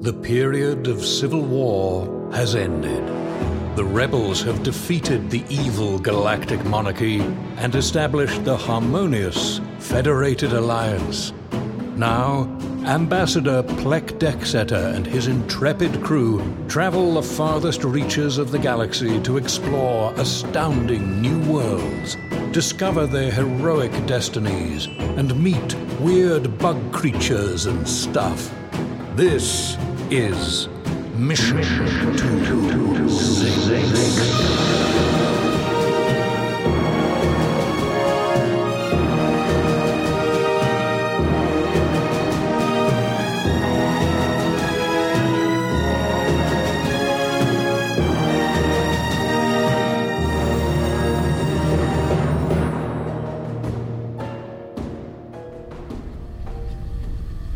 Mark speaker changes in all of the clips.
Speaker 1: The period of civil war has ended. The rebels have defeated the evil galactic monarchy and established the harmonious Federated Alliance. Now, Ambassador Plek Dexeter and his intrepid crew travel the farthest reaches of the galaxy to explore astounding new worlds, discover their heroic destinies, and meet weird bug creatures and stuff. This is Mission 2.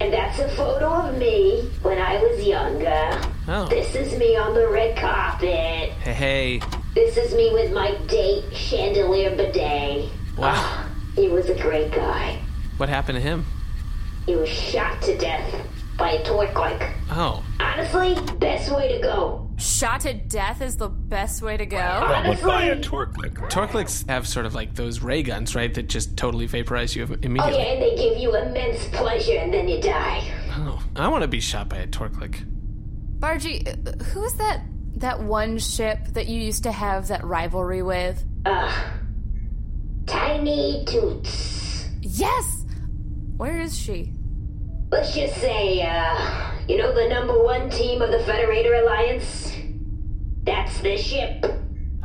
Speaker 2: And that's a photo of me when I was younger.
Speaker 3: Oh.
Speaker 2: This is me on the red carpet.
Speaker 3: Hey, hey.
Speaker 2: This is me with my date, Chandelier Bidet.
Speaker 3: Wow.
Speaker 2: He was a great guy.
Speaker 3: What happened to him?
Speaker 2: He was shot to death by a toy clerk.
Speaker 3: Oh.
Speaker 2: Honestly, best way to go.
Speaker 4: Shot to death is the best way to go.
Speaker 2: Honestly,
Speaker 3: Torclics have sort of like those ray guns, right? That just totally vaporize you
Speaker 2: oh yeah,
Speaker 3: immediately.
Speaker 2: and they give you immense pleasure and then you die.
Speaker 3: Oh, I want to be shot by a Torclic.
Speaker 4: Bargy, uh, who is that that one ship that you used to have that rivalry with?
Speaker 2: Tiny Toots.
Speaker 4: Yes. Where is she?
Speaker 2: Let's just say, uh, you know the number one team of the Federator Alliance? That's the ship.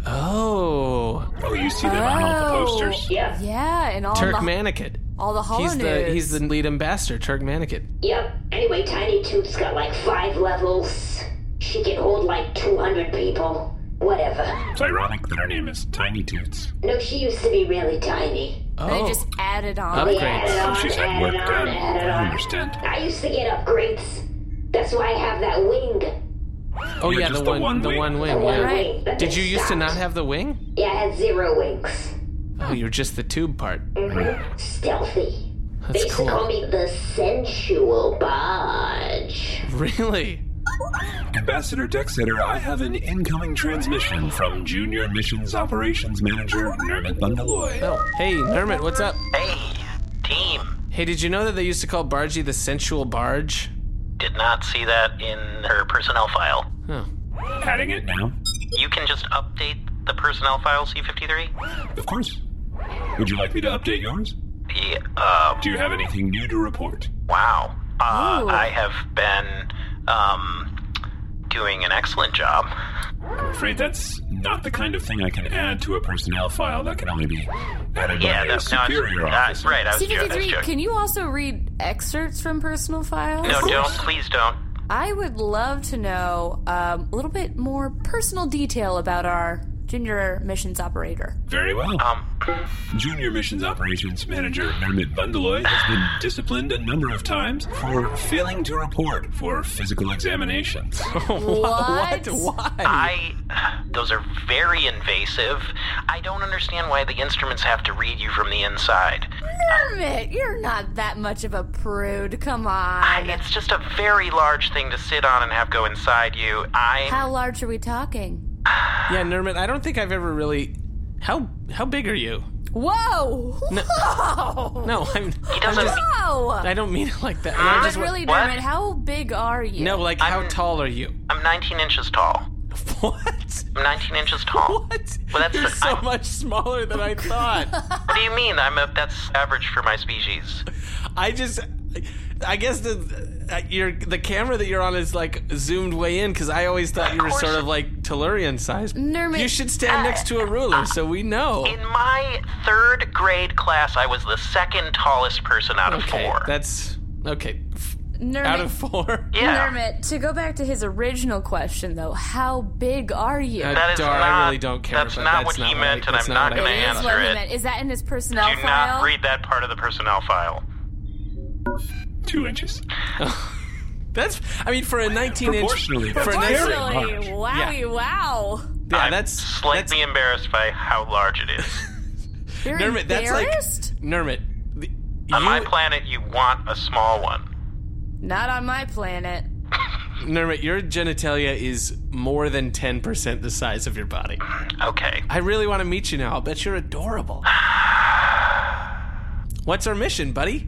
Speaker 3: Oh.
Speaker 5: Oh, you see them on all the
Speaker 4: Oh.
Speaker 5: posters?
Speaker 2: Yep,
Speaker 4: Yeah, and all
Speaker 3: Turk
Speaker 4: the
Speaker 3: Manikid.
Speaker 4: all the hollow
Speaker 3: He's the,
Speaker 4: nudes.
Speaker 3: he's the lead ambassador, Turk Manikid.
Speaker 2: yep. Anyway, Tiny Toot's got like five levels. She can hold like 200 people. Whatever.
Speaker 5: It's ironic that her name is Tiny Toots.
Speaker 2: No, she used to be really tiny.
Speaker 4: They
Speaker 3: Oh.
Speaker 4: just added on.
Speaker 3: Upgrades.
Speaker 2: Add it on,
Speaker 5: She's had
Speaker 2: add
Speaker 5: work
Speaker 2: it on,
Speaker 5: done.
Speaker 2: add it
Speaker 5: I
Speaker 2: on.
Speaker 5: understand.
Speaker 2: I used to get upgrades. That's why I have that wing.
Speaker 3: oh,
Speaker 5: You're
Speaker 3: yeah,
Speaker 5: just
Speaker 3: the
Speaker 5: the
Speaker 3: one,
Speaker 5: one
Speaker 3: the
Speaker 5: wing?
Speaker 3: one
Speaker 2: The
Speaker 3: wing.
Speaker 2: one
Speaker 3: Yeah.
Speaker 4: Right.
Speaker 2: wing. that
Speaker 3: Did
Speaker 2: they
Speaker 3: you used to
Speaker 2: stopped.
Speaker 3: not have the wing?
Speaker 2: Yeah, I had zero wings.
Speaker 3: Oh, you're just the tube part.
Speaker 5: Mm-hmm.
Speaker 2: Stealthy. They
Speaker 3: That's
Speaker 2: used to call
Speaker 3: cool.
Speaker 2: me the sensual barge.
Speaker 3: Really?
Speaker 5: Ambassador Dexeter, I have an incoming transmission from Junior Missions Operations Manager Nermit Bundeloy.
Speaker 3: Oh. Hey, Nermit, what's up?
Speaker 6: Hey, team.
Speaker 3: Hey, did you know that they used to call Bargy the sensual barge?
Speaker 6: Did not see that in her personnel file.
Speaker 3: Oh.
Speaker 5: Adding it now?
Speaker 6: You can just update the personnel file C53?
Speaker 5: Of course. Would you like me to update yours?
Speaker 6: Yeah, uh,
Speaker 5: Do you have anything new to report?
Speaker 6: wow. Uh,
Speaker 4: Ooh.
Speaker 6: I have been, um, doing an excellent job.
Speaker 5: I'm afraid that's not the kind of thing I can add to a personnel file. That can only be added
Speaker 6: Yeah,
Speaker 5: by a
Speaker 6: that, no,
Speaker 5: superior
Speaker 6: it's,
Speaker 5: officer.
Speaker 6: Uh, right, I was joking. I was
Speaker 4: C53,
Speaker 6: joking.
Speaker 4: can you also read excerpts from personal files?
Speaker 6: No, don't. Please don't.
Speaker 4: I would love to know um, a little bit more personal detail about our junior missions operator.
Speaker 5: Very well.
Speaker 6: Um,
Speaker 5: Junior Missions Operations Manager Nermit Bundeloy has been disciplined a number of times for failing to report for physical examinations.
Speaker 4: What?
Speaker 3: Why?
Speaker 6: I. Those are very invasive. I don't understand why the instruments have to read you from the inside.
Speaker 4: Kermit, you're not that much of a prude. Come
Speaker 6: I,
Speaker 4: on.
Speaker 6: it's just a very large thing to sit on and have go inside you. I'm.
Speaker 4: How large are we talking?
Speaker 3: Yeah, Nermit, I don't think I've ever really. How how big are you?
Speaker 4: Whoa! Whoa!
Speaker 3: No, I'm.
Speaker 6: he
Speaker 3: I'm
Speaker 6: doesn't.
Speaker 3: just,
Speaker 4: Whoa!
Speaker 3: I don't mean it like that. I
Speaker 4: But
Speaker 3: just,
Speaker 4: really,
Speaker 6: what?
Speaker 4: Dermot, how big are you?
Speaker 3: no, like how
Speaker 6: I'm-
Speaker 3: tall are you?
Speaker 6: I'm 19 inches tall.
Speaker 3: What?
Speaker 6: I'm 19 inches tall.
Speaker 3: What?
Speaker 6: Well, that's
Speaker 3: You're
Speaker 6: the-
Speaker 3: so
Speaker 6: I'm-
Speaker 3: much smaller than I thought.
Speaker 6: What do you mean? I'm a, that's average for my species.
Speaker 3: I just, I guess the uh, your the camera that you're on is like zoomed way in because I always thought you were
Speaker 6: course.
Speaker 3: sort of like Tellurian sized.
Speaker 4: Nermit,
Speaker 3: You should stand next to a ruler so we know.
Speaker 6: In my third grade class, I was the second tallest person out of
Speaker 3: okay,
Speaker 6: four.
Speaker 3: that's okay. F-
Speaker 4: Nermit,
Speaker 3: Out of four.
Speaker 6: yeah,
Speaker 4: Dermot, to go back to his original question, though, how big are you?
Speaker 3: Uh,
Speaker 4: It
Speaker 6: that is
Speaker 3: Dar,
Speaker 6: not.
Speaker 3: I really don't care.
Speaker 6: That's
Speaker 3: but
Speaker 6: not
Speaker 3: that's
Speaker 6: what
Speaker 3: not
Speaker 6: he
Speaker 3: what
Speaker 6: meant,
Speaker 3: I-
Speaker 6: and
Speaker 3: that's
Speaker 6: I'm
Speaker 3: not
Speaker 6: not
Speaker 3: what I
Speaker 6: going to
Speaker 4: is
Speaker 3: meant.
Speaker 6: answer
Speaker 4: what he
Speaker 6: it.
Speaker 4: meant. Is that in his personnel
Speaker 6: Do
Speaker 4: file?
Speaker 6: not read that part of the personnel file.
Speaker 5: Two inches.
Speaker 3: That's. I mean, for a 19 inch.
Speaker 5: Proportionally,
Speaker 3: For
Speaker 5: that's
Speaker 3: an
Speaker 5: very
Speaker 3: extra-
Speaker 4: Really?
Speaker 5: large.
Speaker 4: Wowie, wow.
Speaker 3: Yeah,
Speaker 6: I'm
Speaker 3: that's
Speaker 6: slightly embarrassed by how large it is.
Speaker 4: You're
Speaker 3: Nermit, that's like-
Speaker 4: embarrassed?
Speaker 3: That's, Nermit. the-
Speaker 6: On my
Speaker 3: you-
Speaker 6: planet, you want a small one.
Speaker 4: Not on my planet.
Speaker 3: Nermit, your genitalia is more than 10% the size of your body.
Speaker 6: Okay.
Speaker 3: I really want to meet you now. I'll bet you're adorable. What's our mission, buddy?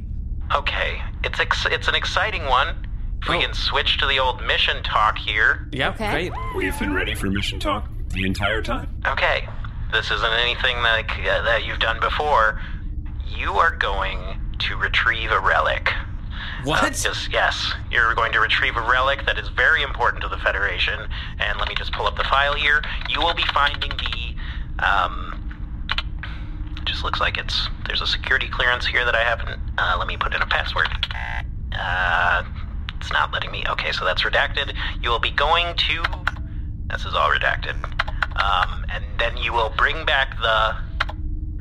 Speaker 6: Okay. It's ex- it's an exciting one. If we
Speaker 3: Oh.
Speaker 6: can switch to the old mission talk here.
Speaker 3: Yeah,
Speaker 4: Okay.
Speaker 3: great.
Speaker 5: We've been ready for mission talk the entire time.
Speaker 6: Okay. This isn't anything like uh, that you've done before. You are going to retrieve a relic. Uh,
Speaker 3: What?
Speaker 6: just, yes, you're going to retrieve a relic that is very important to the Federation. And let me just pull up the file here. You will be finding the. Um, just looks like it's. There's a security clearance here that I haven't. Uh, let me put in a password. Uh, it's not letting me. Okay, so that's redacted. You will be going to. This is all redacted. Um, and then you will bring back the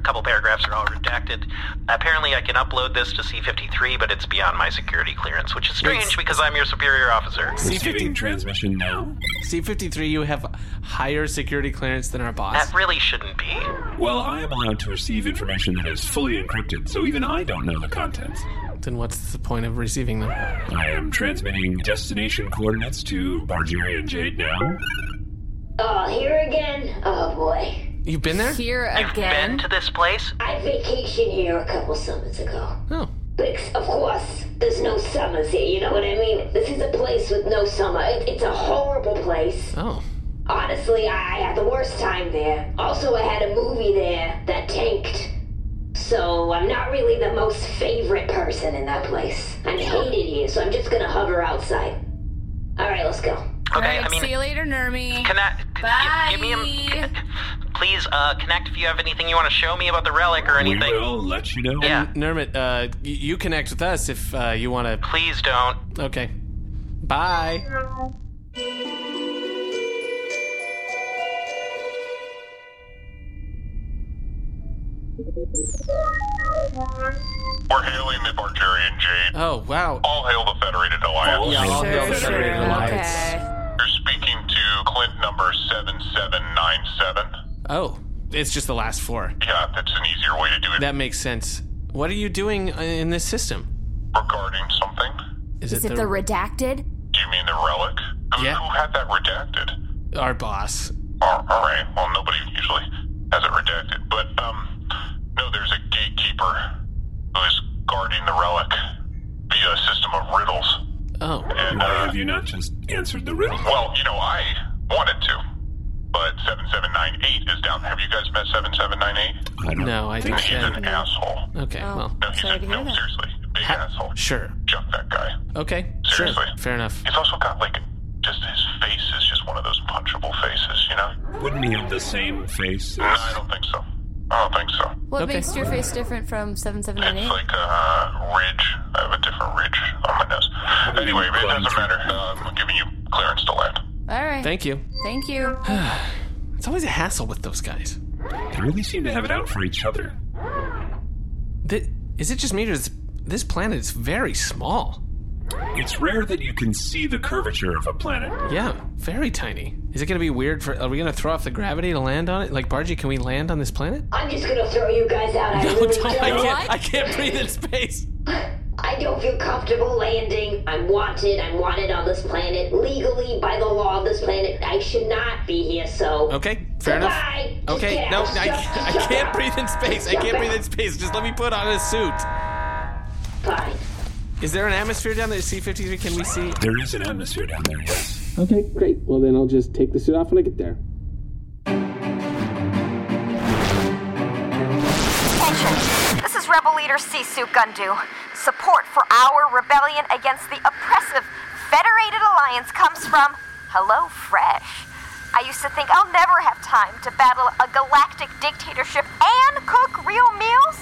Speaker 6: couple paragraphs are all redacted. Apparently, I can upload this to C53, but it's beyond my security clearance, which is strange
Speaker 3: It's-
Speaker 6: because I'm your superior officer.
Speaker 5: Receiving transmission now.
Speaker 3: C53, you have higher security clearance than our boss.
Speaker 6: That really shouldn't be.
Speaker 5: Well, I am allowed to receive information that is fully encrypted, so even I don't know the contents.
Speaker 3: Then what's the point of receiving them?
Speaker 5: I am transmitting destination coordinates to Bargeria and Jade now.
Speaker 2: Oh, here again? Oh boy.
Speaker 3: You've been there?
Speaker 4: Here
Speaker 6: Been
Speaker 4: again.
Speaker 6: to this place?
Speaker 2: I vacationed here a couple summers ago.
Speaker 3: Oh.
Speaker 2: But ex- of course, there's no summers here, you know what I mean? This is a place with no summer. It, it's a horrible place.
Speaker 3: Oh.
Speaker 2: Honestly, I, I had the worst time there. Also, I had a movie there that tanked. So I'm not really the most favorite person in that place. I'm hated here, so I'm just gonna hover outside. Alright, let's go.
Speaker 6: Okay,
Speaker 4: Alright,
Speaker 6: I mean,
Speaker 4: see you later, Nermi.
Speaker 6: connect. g-
Speaker 4: Bye.
Speaker 6: Give, give me a. c- Please, uh, connect if you have anything you want to show me about the relic or
Speaker 5: We
Speaker 6: anything.
Speaker 5: will let you know.
Speaker 6: Yeah.
Speaker 3: Nermit, uh, y- you connect with us if uh, you want
Speaker 6: Please don't.
Speaker 3: to. Okay. Bye.
Speaker 7: We're hailing the Bargarian Jade.
Speaker 3: Oh, wow.
Speaker 7: All hail the Federated Alliance.
Speaker 3: Yeah, I'll
Speaker 4: Oh, Sure,
Speaker 3: go
Speaker 4: sure.
Speaker 3: Federated Alliance.
Speaker 4: Okay.
Speaker 7: You're speaking to Clint number 7797.
Speaker 3: Oh, it's just the last four.
Speaker 7: Yeah, that's an easier way to do it.
Speaker 3: That makes sense. What are you doing uh, in this system?
Speaker 7: Regarding something?
Speaker 4: Is it the redacted?
Speaker 7: Do you mean the relic? Who,
Speaker 3: Yeah.
Speaker 7: who had that redacted?
Speaker 3: our boss?
Speaker 7: Oh, all right. Well, nobody usually has it redacted. But, um, no, there's a gatekeeper who is guarding the relic via a system of riddles.
Speaker 3: Oh,
Speaker 7: And,
Speaker 5: Why
Speaker 7: uh,
Speaker 5: have you not just answered the riddle?
Speaker 7: Well, you know, I wanted to, but 7798 is down. Have you guys met 7798?
Speaker 5: I don't
Speaker 3: no, I
Speaker 5: think
Speaker 3: think
Speaker 7: He's
Speaker 3: that.
Speaker 7: an asshole.
Speaker 3: Okay, well,
Speaker 7: No, he's
Speaker 4: Oh, Sorry
Speaker 7: a,
Speaker 4: to hear
Speaker 7: no
Speaker 4: that.
Speaker 7: seriously, big asshole.
Speaker 3: sure.
Speaker 7: Jump that guy.
Speaker 3: Okay, sure.
Speaker 7: Seriously.
Speaker 3: Fair enough.
Speaker 7: He's also got, like, just his face is just one of those punchable faces, you know?
Speaker 5: Wouldn't he have the same face?
Speaker 7: No, I don't think so. I don't think so.
Speaker 4: What
Speaker 3: Okay.
Speaker 4: makes your face different from
Speaker 7: It's
Speaker 4: 7798?
Speaker 7: like a uh, ridge. I have a different ridge on my nose. Anyway, it doesn't matter. Uh, I'm giving you clearance to land.
Speaker 4: All right.
Speaker 3: Thank you.
Speaker 4: Thank you.
Speaker 3: It's always a hassle with those guys.
Speaker 5: They really seem to have it out for each other.
Speaker 3: Th- is it just me or is this planet is very small?
Speaker 5: It's rare that you can see the curvature of a planet.
Speaker 3: Yeah, very tiny. Is it gonna be weird for? Are we gonna throw off the gravity to land on it? Like Bargy, can we land on this planet?
Speaker 2: I'm just gonna throw you guys out. I
Speaker 3: Oh,
Speaker 2: really
Speaker 3: don't- I
Speaker 2: don't.
Speaker 3: can't. I can't breathe in space.
Speaker 2: I don't feel comfortable landing. I'm wanted. I'm wanted on this planet legally by the law of this planet. I should not be here. So
Speaker 3: Okay, fair enough.
Speaker 2: Goodbye. Just
Speaker 3: Okay,
Speaker 2: get
Speaker 3: no,
Speaker 2: out.
Speaker 3: I,
Speaker 2: Just-
Speaker 3: I
Speaker 2: just
Speaker 3: can't
Speaker 2: out.
Speaker 3: breathe in space. I can't breathe in space. Just let me put on a suit.
Speaker 2: Fine.
Speaker 3: Is there an atmosphere down there? C53, can we see?
Speaker 5: There is an atmosphere down there, yes.
Speaker 8: Okay, great. Well, then I'll just take the suit off when I get there.
Speaker 9: Attention. This is Rebel Leader Sisu Gundu. Support for our rebellion against the oppressive Federated Alliance comes from Hello Fresh. I used to think I'll never have time to battle a galactic dictatorship and cook real meals,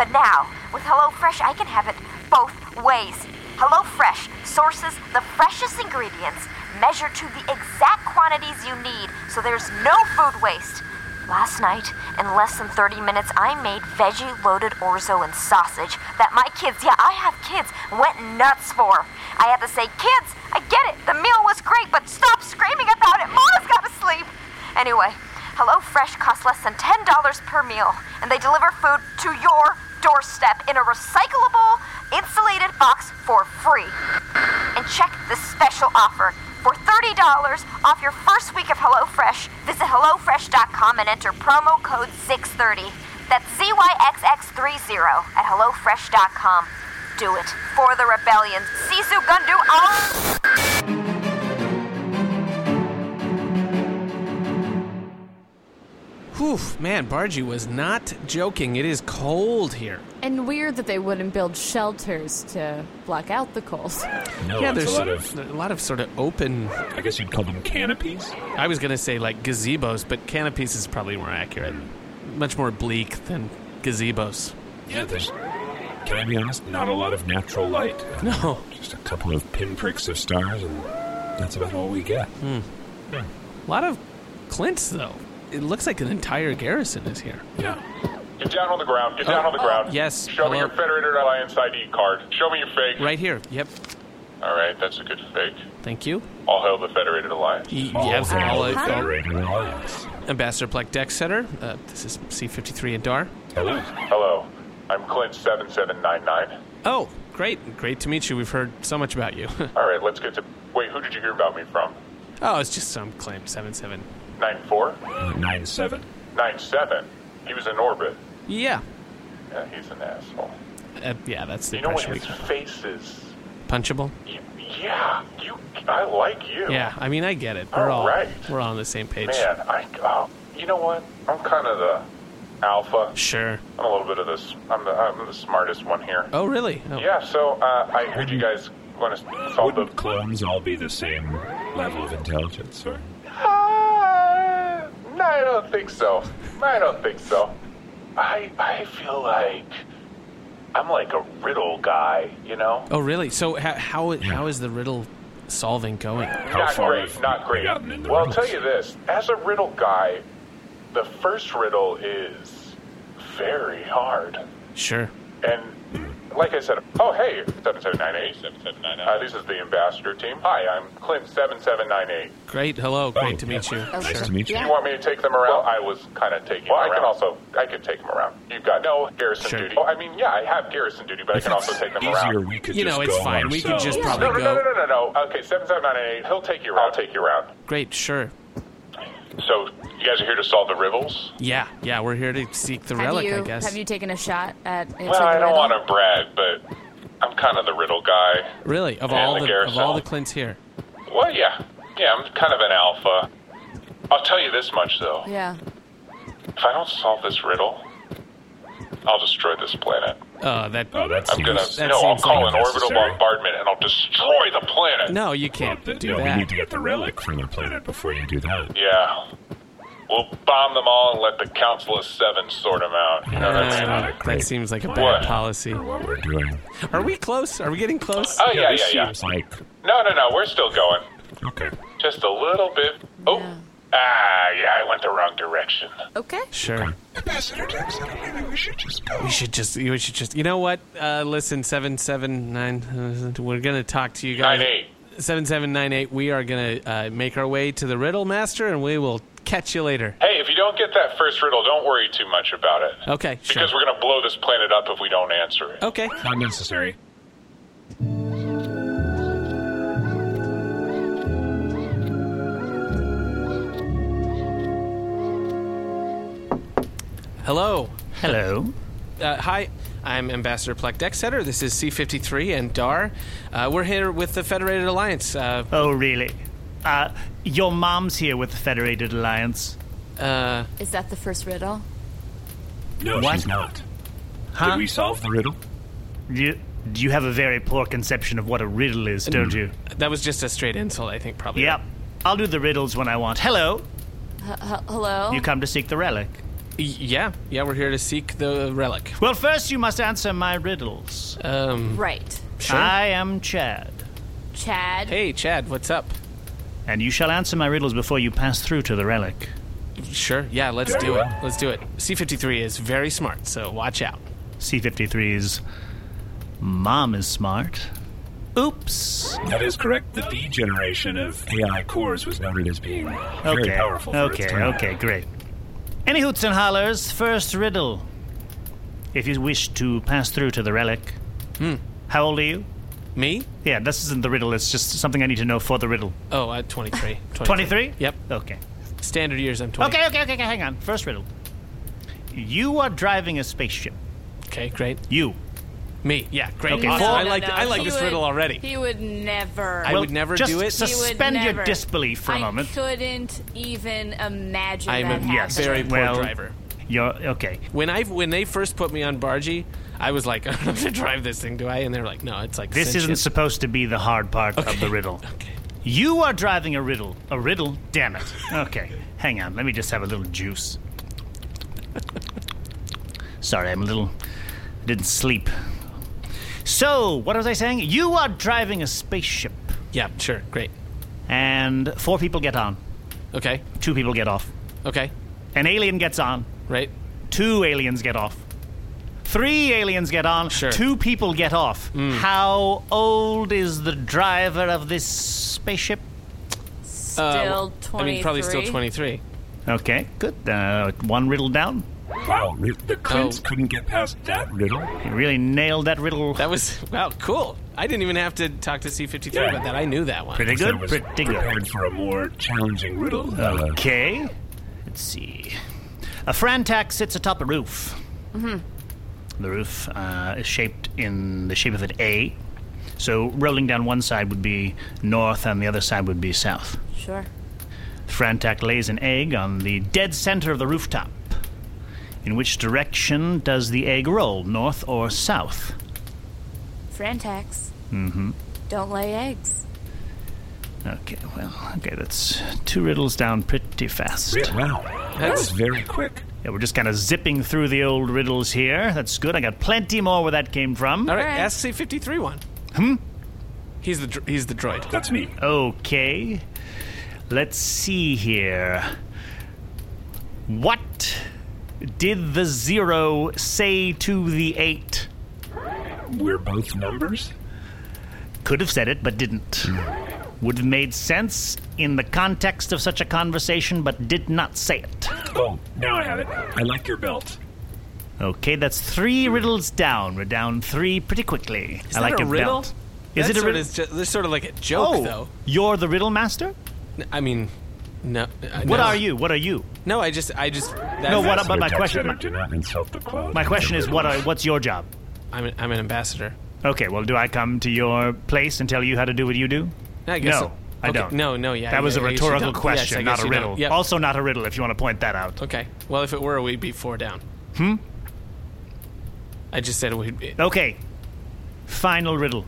Speaker 9: but now with Hello Fresh I can have it both ways. Hello Fresh sources the freshest ingredients, measured to the exact quantities you need, so there's no food waste. Last night, in less than 30 minutes, I made veggie loaded orzo and sausage that my kids, yeah, I have kids, went nuts for. I had to say, kids, I get it, the meal was great, but stop screaming about it, Mama's gotta sleep. Anyway, Hello Fresh costs less than $10 per meal, and they deliver food to your doorstep in a recyclable, insulated box for free. And check this special offer For $30 off your first week of HelloFresh, visit HelloFresh.com and enter promo code 630. That's ZYXX30 at HelloFresh.com. Do it for the rebellion. Sisu Gundu out!
Speaker 3: Whew, man, Bargy was not joking. It is cold here.
Speaker 4: And weird that they wouldn't build shelters to block out the cold.
Speaker 5: No,
Speaker 3: yeah,
Speaker 5: it's
Speaker 3: there's
Speaker 5: a lot of.
Speaker 3: a lot of sort of open.
Speaker 5: I guess you'd call them canopies.
Speaker 3: I was gonna say like gazebos, but canopies is probably more accurate. Much more bleak than gazebos.
Speaker 5: Yeah, there's. Can I be honest? Not a lot of natural light.
Speaker 3: No,
Speaker 5: Just a couple of pinpricks of stars, and that's about all we get.
Speaker 3: Hmm. a lot of Clints though. It looks like an entire garrison is here.
Speaker 5: Yeah.
Speaker 7: Get down on the ground. Get down on the ground.
Speaker 3: Oh, yes,
Speaker 7: Show me
Speaker 3: hello.
Speaker 7: your Federated Alliance ID card. Show me your fake.
Speaker 3: Right here. Yep.
Speaker 7: All right, that's a good fake.
Speaker 3: Thank you.
Speaker 7: All hail the Federated Alliance.
Speaker 3: Y- Yes,
Speaker 5: hail
Speaker 3: all
Speaker 5: the
Speaker 3: of them.
Speaker 5: Federated Alliance.
Speaker 3: Ambassador Black Dexeter. Uh, this is C53 and Dar.
Speaker 5: Hello.
Speaker 7: Hello, I'm Clint seven seven nine nine.
Speaker 3: Oh, great. Great to meet you. We've heard so much about you.
Speaker 7: All right, let's get to. Wait, who did you hear about me from?
Speaker 3: oh, it's just some claim. Seven, seven.
Speaker 7: Nine four,
Speaker 5: Uh, Nine seven.
Speaker 7: nine seven. He was in orbit.
Speaker 3: Yeah.
Speaker 7: Yeah, he's an asshole.
Speaker 3: Uh, yeah, that's the
Speaker 7: You know what
Speaker 3: impression we
Speaker 7: his face is?
Speaker 3: Punchable?
Speaker 7: Y- Yeah, you. I like you.
Speaker 3: Yeah, I mean, I get it. We're all,
Speaker 7: All right.
Speaker 3: we're all on the same page.
Speaker 7: Man, I. Oh, you know what? I'm kind of the alpha.
Speaker 3: Sure.
Speaker 7: I'm a little bit of this. I'm the. I'm the smartest one here.
Speaker 3: Oh, really? Oh.
Speaker 7: Yeah. So uh, I heard you guys want to solve the
Speaker 5: Wouldn't clones all be the same level of intelligence? Or
Speaker 7: Uh, no, I don't think so. I don't think so. I I feel like I'm like a riddle guy, you know.
Speaker 3: Oh, really? So, how, how, how is the riddle solving going?
Speaker 5: how
Speaker 7: Not
Speaker 5: far
Speaker 7: great,
Speaker 5: have
Speaker 7: not
Speaker 5: we
Speaker 7: great.
Speaker 5: gotten in the
Speaker 7: Well, I'll
Speaker 5: riddles?
Speaker 7: tell you this: as a riddle guy, the first riddle is very hard,
Speaker 3: Sure.
Speaker 7: and like I said, oh hey, seven seven nine eight seven seven nine nine. This is the ambassador team. Hi, I'm Clint seven seven nine eight.
Speaker 3: Great. Hello. Great
Speaker 5: Oh,
Speaker 3: to
Speaker 5: yeah.
Speaker 3: meet you.
Speaker 5: Nice
Speaker 3: Sure.
Speaker 5: to meet you.
Speaker 7: You want me to take them around? I was kind of taking. Well, I can also I can take them around. You've got no garrison
Speaker 3: Sure.
Speaker 7: duty. Oh, I mean, yeah, I have garrison duty, but I
Speaker 5: If
Speaker 7: can also
Speaker 5: it's
Speaker 7: take them
Speaker 5: easier,
Speaker 7: around.
Speaker 5: we could
Speaker 3: You
Speaker 5: just
Speaker 3: know, it's
Speaker 5: go
Speaker 3: fine. We could just
Speaker 5: ourselves.
Speaker 3: probably
Speaker 7: No, no, no,
Speaker 3: go.
Speaker 7: no, no, no, no. Okay, seven seven nine eight. He'll take you around. I'll take you around.
Speaker 3: Great. Sure.
Speaker 7: So you guys are here to solve the riddles?
Speaker 3: Yeah. Yeah. We're here to seek the
Speaker 4: have
Speaker 3: relic,
Speaker 4: you
Speaker 3: I guess.
Speaker 4: have you taken a shot at? It's
Speaker 7: Well, I don't want to brag, but I'm kind of the riddle guy.
Speaker 3: really? Of
Speaker 7: And
Speaker 3: all
Speaker 7: the
Speaker 3: the, of
Speaker 7: garrison.
Speaker 3: all the Clints here.
Speaker 7: Well, yeah, yeah, I'm kind of an alpha. I'll tell you this much though:
Speaker 4: Yeah.
Speaker 7: if I don't solve this riddle, I'll destroy this planet.
Speaker 3: Oh, that.
Speaker 5: Oh, that
Speaker 7: I'm
Speaker 5: seems.
Speaker 7: gonna
Speaker 3: that
Speaker 7: no. I'll
Speaker 3: seems
Speaker 7: call
Speaker 5: like
Speaker 7: an orbital
Speaker 5: necessary.
Speaker 7: bombardment and I'll destroy the planet.
Speaker 3: No, you can't
Speaker 5: Well,
Speaker 3: do
Speaker 5: no,
Speaker 3: that.
Speaker 5: We need to get the relic from the planet before you do that.
Speaker 7: Yeah. We'll bomb them all and let the Council of Seven sort them out. You know what
Speaker 3: Uh,
Speaker 7: I mean?
Speaker 5: not a
Speaker 3: that
Speaker 5: great
Speaker 3: seems like a bad
Speaker 7: plan.
Speaker 3: policy.
Speaker 5: For what we're doing.
Speaker 3: Are we close? Are we getting close?
Speaker 7: Oh, yeah,
Speaker 5: this
Speaker 7: yeah, yeah.
Speaker 5: Seems like
Speaker 7: No, no, no. We're still going.
Speaker 5: okay.
Speaker 7: Just a little bit. Oh.
Speaker 4: Yeah.
Speaker 7: Ah, yeah, I went the wrong direction.
Speaker 4: Okay.
Speaker 3: Sure.
Speaker 5: Ambassador Dexter, maybe we should just go.
Speaker 3: We should just. We should just. You know what? Uh, listen, seven seven nine. Uh, we're gonna talk to you guys.
Speaker 7: Nine eight.
Speaker 3: Seven seven nine eight. We are gonna uh, make our way to the riddle master, and we will catch you later.
Speaker 7: Hey, if you don't get that first riddle, don't worry too much about it.
Speaker 3: Okay. Sure.
Speaker 7: Because we're going to blow this planet up if we don't answer it.
Speaker 3: Okay.
Speaker 5: Not necessary.
Speaker 3: Hello.
Speaker 10: Hello.
Speaker 3: Uh, hi. I'm Ambassador Plek Dexeter. This is C53 and Dar. Uh, we're here with the Federated Alliance. Uh,
Speaker 10: Oh, really? Uh, your mom's here with the Federated Alliance.
Speaker 3: uh,
Speaker 4: Is that the first riddle?
Speaker 5: No,
Speaker 10: What?
Speaker 5: she's not.
Speaker 10: Huh?
Speaker 5: Did we solve the riddle?
Speaker 10: You, you have a very poor conception of what a riddle is, don't you?
Speaker 3: that was just a straight insult, I think, Mm, probably.
Speaker 10: Yep. I'll do the riddles when I want. Hello.
Speaker 4: H-
Speaker 3: Oh.
Speaker 4: hello.
Speaker 10: You come to seek the relic.
Speaker 3: Y- yeah. Yeah, we're here to seek the relic.
Speaker 10: Well, first you must answer my riddles.
Speaker 3: Um,
Speaker 4: right.
Speaker 3: sure.
Speaker 10: I am Chad,
Speaker 4: Chad.
Speaker 3: Hey, Chad, what's up?
Speaker 10: and you shall answer my riddles before you pass through to the relic.
Speaker 3: Sure. Yeah, let's do it. Let's do it. C53 is very smart, so watch out.
Speaker 10: C53's mom is smart. Oops.
Speaker 5: That is correct. The D generation of AI cores was noted as being very
Speaker 10: okay.
Speaker 5: powerful. For
Speaker 10: okay,
Speaker 5: its time.
Speaker 10: okay, great. Any hoots and hollers, first riddle. If you wish to pass through to the relic, how old are you?
Speaker 3: Hmm. Me?
Speaker 10: Yeah, this isn't the riddle. It's just something I need to know for the riddle.
Speaker 3: Oh, I 23. 23.
Speaker 10: 23?
Speaker 3: Yep.
Speaker 10: Okay.
Speaker 3: Standard years, I'm 20.
Speaker 10: Okay, okay, okay, okay, hang on. First riddle. You are driving a spaceship.
Speaker 3: Okay, great.
Speaker 10: You.
Speaker 3: Me, yeah, great.
Speaker 10: Okay,
Speaker 3: Awesome.
Speaker 10: full-
Speaker 3: I like, I like
Speaker 4: He
Speaker 3: this
Speaker 4: would-
Speaker 3: riddle already.
Speaker 4: He would never.
Speaker 3: I would never
Speaker 10: just
Speaker 3: do it.
Speaker 4: He would
Speaker 10: Suspend your
Speaker 4: never.
Speaker 10: disbelief for a
Speaker 4: I
Speaker 10: moment.
Speaker 4: couldn't even imagine
Speaker 3: I'm
Speaker 4: that
Speaker 3: a
Speaker 4: happening.
Speaker 3: very poor
Speaker 10: Well-
Speaker 3: driver.
Speaker 10: You're okay.
Speaker 3: When I when they first put me on bargee, I was like, I don't have to drive this thing, do I? And they were like, No, it's like
Speaker 10: This isn't
Speaker 3: sentient.
Speaker 10: supposed to be the hard part of the riddle.
Speaker 3: Okay.
Speaker 10: You are driving a riddle. A riddle? Damn it. Okay. Hang on. Let me just have a little juice. Sorry, I'm a little. didn't sleep. So, what was I saying? You are driving a spaceship,
Speaker 3: Yeah, sure, great.
Speaker 10: and four people get on,
Speaker 3: Okay,
Speaker 10: two people get off.
Speaker 3: okay,
Speaker 10: An alien gets on,
Speaker 3: right.
Speaker 10: two aliens get off. Three aliens get on,
Speaker 3: Sure. Hmm.
Speaker 10: two people get off. How old is the driver of this spaceship?
Speaker 4: Still
Speaker 3: well,
Speaker 5: Uh,
Speaker 4: 23.
Speaker 3: I mean, probably still 23.
Speaker 10: Okay, good. Uh, one riddle down.
Speaker 5: Wow, re- the Clint's couldn't get past that riddle.
Speaker 10: You really nailed that riddle.
Speaker 3: That was, wow, cool. I didn't even have to talk to C53
Speaker 5: Yeah.
Speaker 3: about that. I knew that one.
Speaker 10: pretty
Speaker 5: I
Speaker 10: good.
Speaker 5: was
Speaker 10: Pretty good.
Speaker 5: prepared for a more challenging riddle. Uh,
Speaker 10: Okay. Let's see.
Speaker 3: Oh.
Speaker 10: A Frantac sits atop a roof.
Speaker 3: Mm-hmm.
Speaker 10: The roof uh, is shaped in the shape of an A. So rolling down one side would be north, and the other side would be south.
Speaker 4: Sure.
Speaker 10: Frantac lays an egg on the dead center of the rooftop. In which direction does the egg roll, north or south?
Speaker 4: Frantax. Mm-hmm. Don't lay eggs.
Speaker 10: Okay, well, okay, that's two riddles down pretty fast.
Speaker 5: re- wow, that's very quick.
Speaker 10: Yeah, we're just kind of zipping through the old riddles here. That's good. I got plenty more where that came from.
Speaker 3: All right,
Speaker 4: Alright.
Speaker 3: ask C53 one. Hmm? He's the, dr- he's the droid.
Speaker 5: That's me.
Speaker 10: Okay. Let's see here. What did the zero say to the eight?
Speaker 5: We're both numbers.
Speaker 10: Could have said it, but didn't. Would have made sense in the context of such a conversation, but did not say it.
Speaker 5: Oh, now I have it. I like your belt.
Speaker 10: Okay, that's three riddles down. We're down three pretty quickly.
Speaker 3: Is
Speaker 10: I
Speaker 3: that
Speaker 10: like
Speaker 3: a
Speaker 10: your
Speaker 3: riddle?
Speaker 10: belt. Is
Speaker 3: That
Speaker 10: it a
Speaker 3: sort
Speaker 10: riddle?
Speaker 3: of is ju- There's sort of like a joke,
Speaker 10: oh,
Speaker 3: though.
Speaker 10: you're the riddle master.
Speaker 3: N- I mean, no. uh,
Speaker 10: What
Speaker 3: no.
Speaker 10: are you? What are you?
Speaker 3: No, I just, I just. That's,
Speaker 10: No, what about my
Speaker 5: Darth
Speaker 10: question-
Speaker 5: Vader, do not insult the cloud.
Speaker 10: My question is, what are, what's your job?
Speaker 3: I'm an, I'm an ambassador.
Speaker 10: Okay, well, do I come to your place and tell you how to do what you do?
Speaker 3: I guess
Speaker 10: no, I
Speaker 3: okay,
Speaker 10: don't.
Speaker 3: No, no, yeah.
Speaker 10: That was
Speaker 3: yeah,
Speaker 10: a
Speaker 3: I guess you
Speaker 10: rhetorical
Speaker 3: don't. Yes, I
Speaker 10: question,
Speaker 3: guess
Speaker 10: not a
Speaker 3: you don't.
Speaker 10: riddle.
Speaker 3: Yep.
Speaker 10: Also, not a riddle. If you want to point that out.
Speaker 3: Okay. Well, if it were, we'd be four down. Hmm. I just said we'd. Be,
Speaker 10: Okay, final riddle.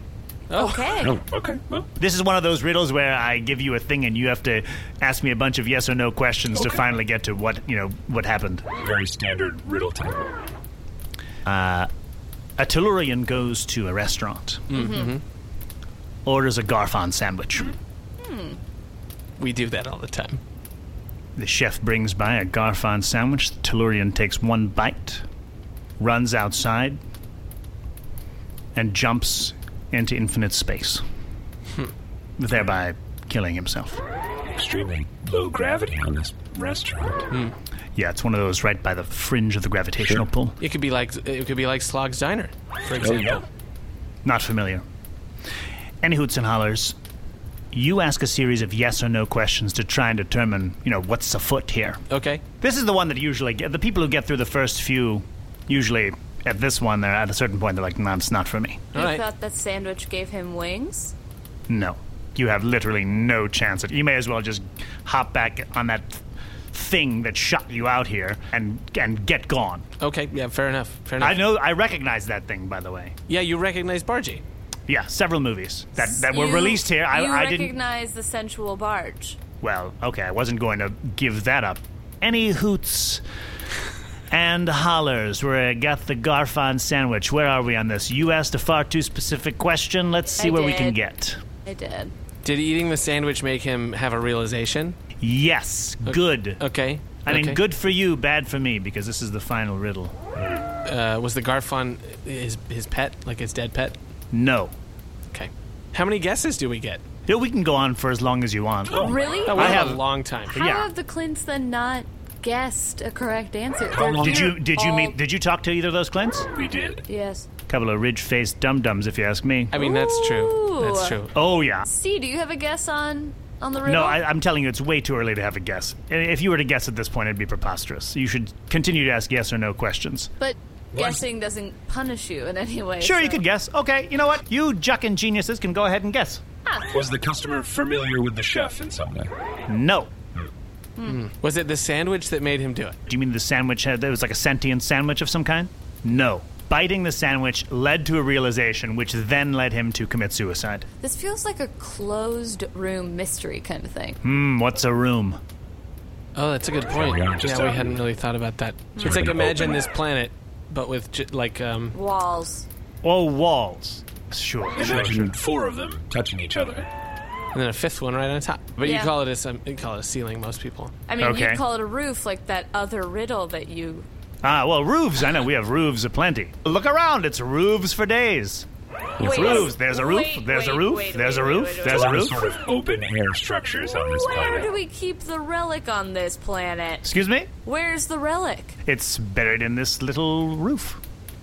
Speaker 4: Okay.
Speaker 5: Oh, okay. Well,
Speaker 10: This is one of those riddles where I give you a thing and you have to ask me a bunch of yes or no questions to finally get to what you know what happened.
Speaker 5: very standard riddle type.
Speaker 10: Uh, A Tellurian goes to a restaurant, mm-hmm.
Speaker 3: Mm-hmm.
Speaker 10: orders a Garfon sandwich.
Speaker 4: Hmm.
Speaker 3: we do that all the time.
Speaker 10: The chef brings by a Garfon sandwich. The Tellurian takes one bite, runs outside, and jumps into infinite space,
Speaker 3: Hmm.
Speaker 10: thereby killing himself.
Speaker 5: Extremely low gravity on this restaurant.
Speaker 3: Hmm.
Speaker 10: Yeah, it's one of those right by the fringe of the gravitational pull.
Speaker 3: It could be like it could be like Slog's Diner, for example.
Speaker 5: yeah.
Speaker 10: Not familiar. Any hoots and hollers. You ask a series of yes or no questions to try and determine, you know, what's afoot here.
Speaker 3: Okay.
Speaker 10: This is the one that usually get the people who get through the first few. Usually, at this one, they're at a certain point. They're like, "No, it's not for me."
Speaker 3: All
Speaker 4: you
Speaker 3: right.
Speaker 4: thought that sandwich gave him wings?
Speaker 10: No, you have literally no chance. At, you may as well just hop back on that thing that shot you out here and and get gone.
Speaker 3: Okay. Yeah. Fair enough. Fair enough.
Speaker 10: I know. I recognize that thing, by the way.
Speaker 3: Yeah. You recognize Bargy.
Speaker 10: Yeah, several movies that that were
Speaker 4: You-
Speaker 10: released here. I,
Speaker 4: you
Speaker 10: I didn't.
Speaker 4: recognize the sensual barge.
Speaker 10: Well, okay, I wasn't going to give that up. Any hoots and hollers where I got the Garfon sandwich. Where are we on this? You asked a far too specific question. Let's see
Speaker 4: I
Speaker 10: where we can
Speaker 4: did.
Speaker 10: get.
Speaker 4: I did.
Speaker 3: Did eating the sandwich make him have a realization?
Speaker 10: Yes, good.
Speaker 3: Okay.
Speaker 10: I mean,
Speaker 3: okay.
Speaker 10: good for you, bad for me, because this is the final riddle.
Speaker 3: Uh, was the Garfon his his pet, like his dead pet?
Speaker 10: No.
Speaker 3: Okay. How many guesses do we get?
Speaker 10: Yeah, we can go on for as long as you want.
Speaker 4: Really?
Speaker 3: Oh, we
Speaker 10: I
Speaker 3: have, a
Speaker 10: have-
Speaker 3: long time.
Speaker 4: How
Speaker 10: yeah.
Speaker 4: have the Clints then not guessed a correct answer? They're
Speaker 10: Did
Speaker 4: here
Speaker 10: you did you
Speaker 4: all-
Speaker 10: meet did you talk to either of those Clint's?
Speaker 5: We did.
Speaker 4: Yes.
Speaker 10: Couple of ridge faced dum dums, if you ask me.
Speaker 3: I mean, that's true.
Speaker 4: That's true.
Speaker 10: Oh, yeah.
Speaker 4: C, do you have a guess on on the riddle?
Speaker 10: No, I, I'm telling you, it's way too early to have a guess. I- If you were to guess at this point, it'd be preposterous. You should continue to ask yes or no questions.
Speaker 4: But guessing doesn't punish you in any way.
Speaker 10: Sure,
Speaker 4: so-
Speaker 10: you could guess. Okay, you know what? You juckin' geniuses can go ahead and guess.
Speaker 5: Was the customer familiar with the chef in some way?
Speaker 10: No.
Speaker 3: Hmm. Was it the sandwich that made him do it?
Speaker 10: Do you mean the sandwich had, it was like a sentient sandwich of some kind? No. Biting the sandwich led to a realization, which then led him to commit suicide.
Speaker 4: This feels like a closed room mystery kind of thing.
Speaker 10: Hmm, what's a room?
Speaker 3: Oh, that's a good point.
Speaker 10: we are
Speaker 3: Yeah,
Speaker 10: just
Speaker 3: we
Speaker 10: talking.
Speaker 3: hadn't really thought about that.
Speaker 10: So
Speaker 3: it's
Speaker 10: we're
Speaker 3: like
Speaker 10: gonna
Speaker 3: imagine
Speaker 10: open
Speaker 3: this planet, but with j- like um.
Speaker 4: Walls.
Speaker 10: Oh, walls. Sure.
Speaker 5: Imagine four of them touching each other.
Speaker 3: And then a fifth one right on top. But
Speaker 4: Yeah.
Speaker 3: you call it a some- you call it a ceiling. Most people.
Speaker 4: I mean, you'd call it a roof like that other riddle that you.
Speaker 10: Ah, well, roofs. I know we have roofs aplenty. Look around. It's roofs for days. It's
Speaker 4: Wait,
Speaker 10: roofs. There's a roof.
Speaker 4: wait,
Speaker 10: there's a
Speaker 4: wait,
Speaker 10: roof.
Speaker 4: wait,
Speaker 10: there's a
Speaker 4: wait,
Speaker 10: roof.
Speaker 4: wait, wait,
Speaker 10: there's
Speaker 4: wait,
Speaker 10: a
Speaker 4: wait.
Speaker 10: roof.
Speaker 5: Sort of open air structures on this
Speaker 4: Where
Speaker 5: planet.
Speaker 4: do we keep the relic on this planet?
Speaker 10: Excuse me?
Speaker 4: Where's the relic?
Speaker 10: It's buried in this little roof.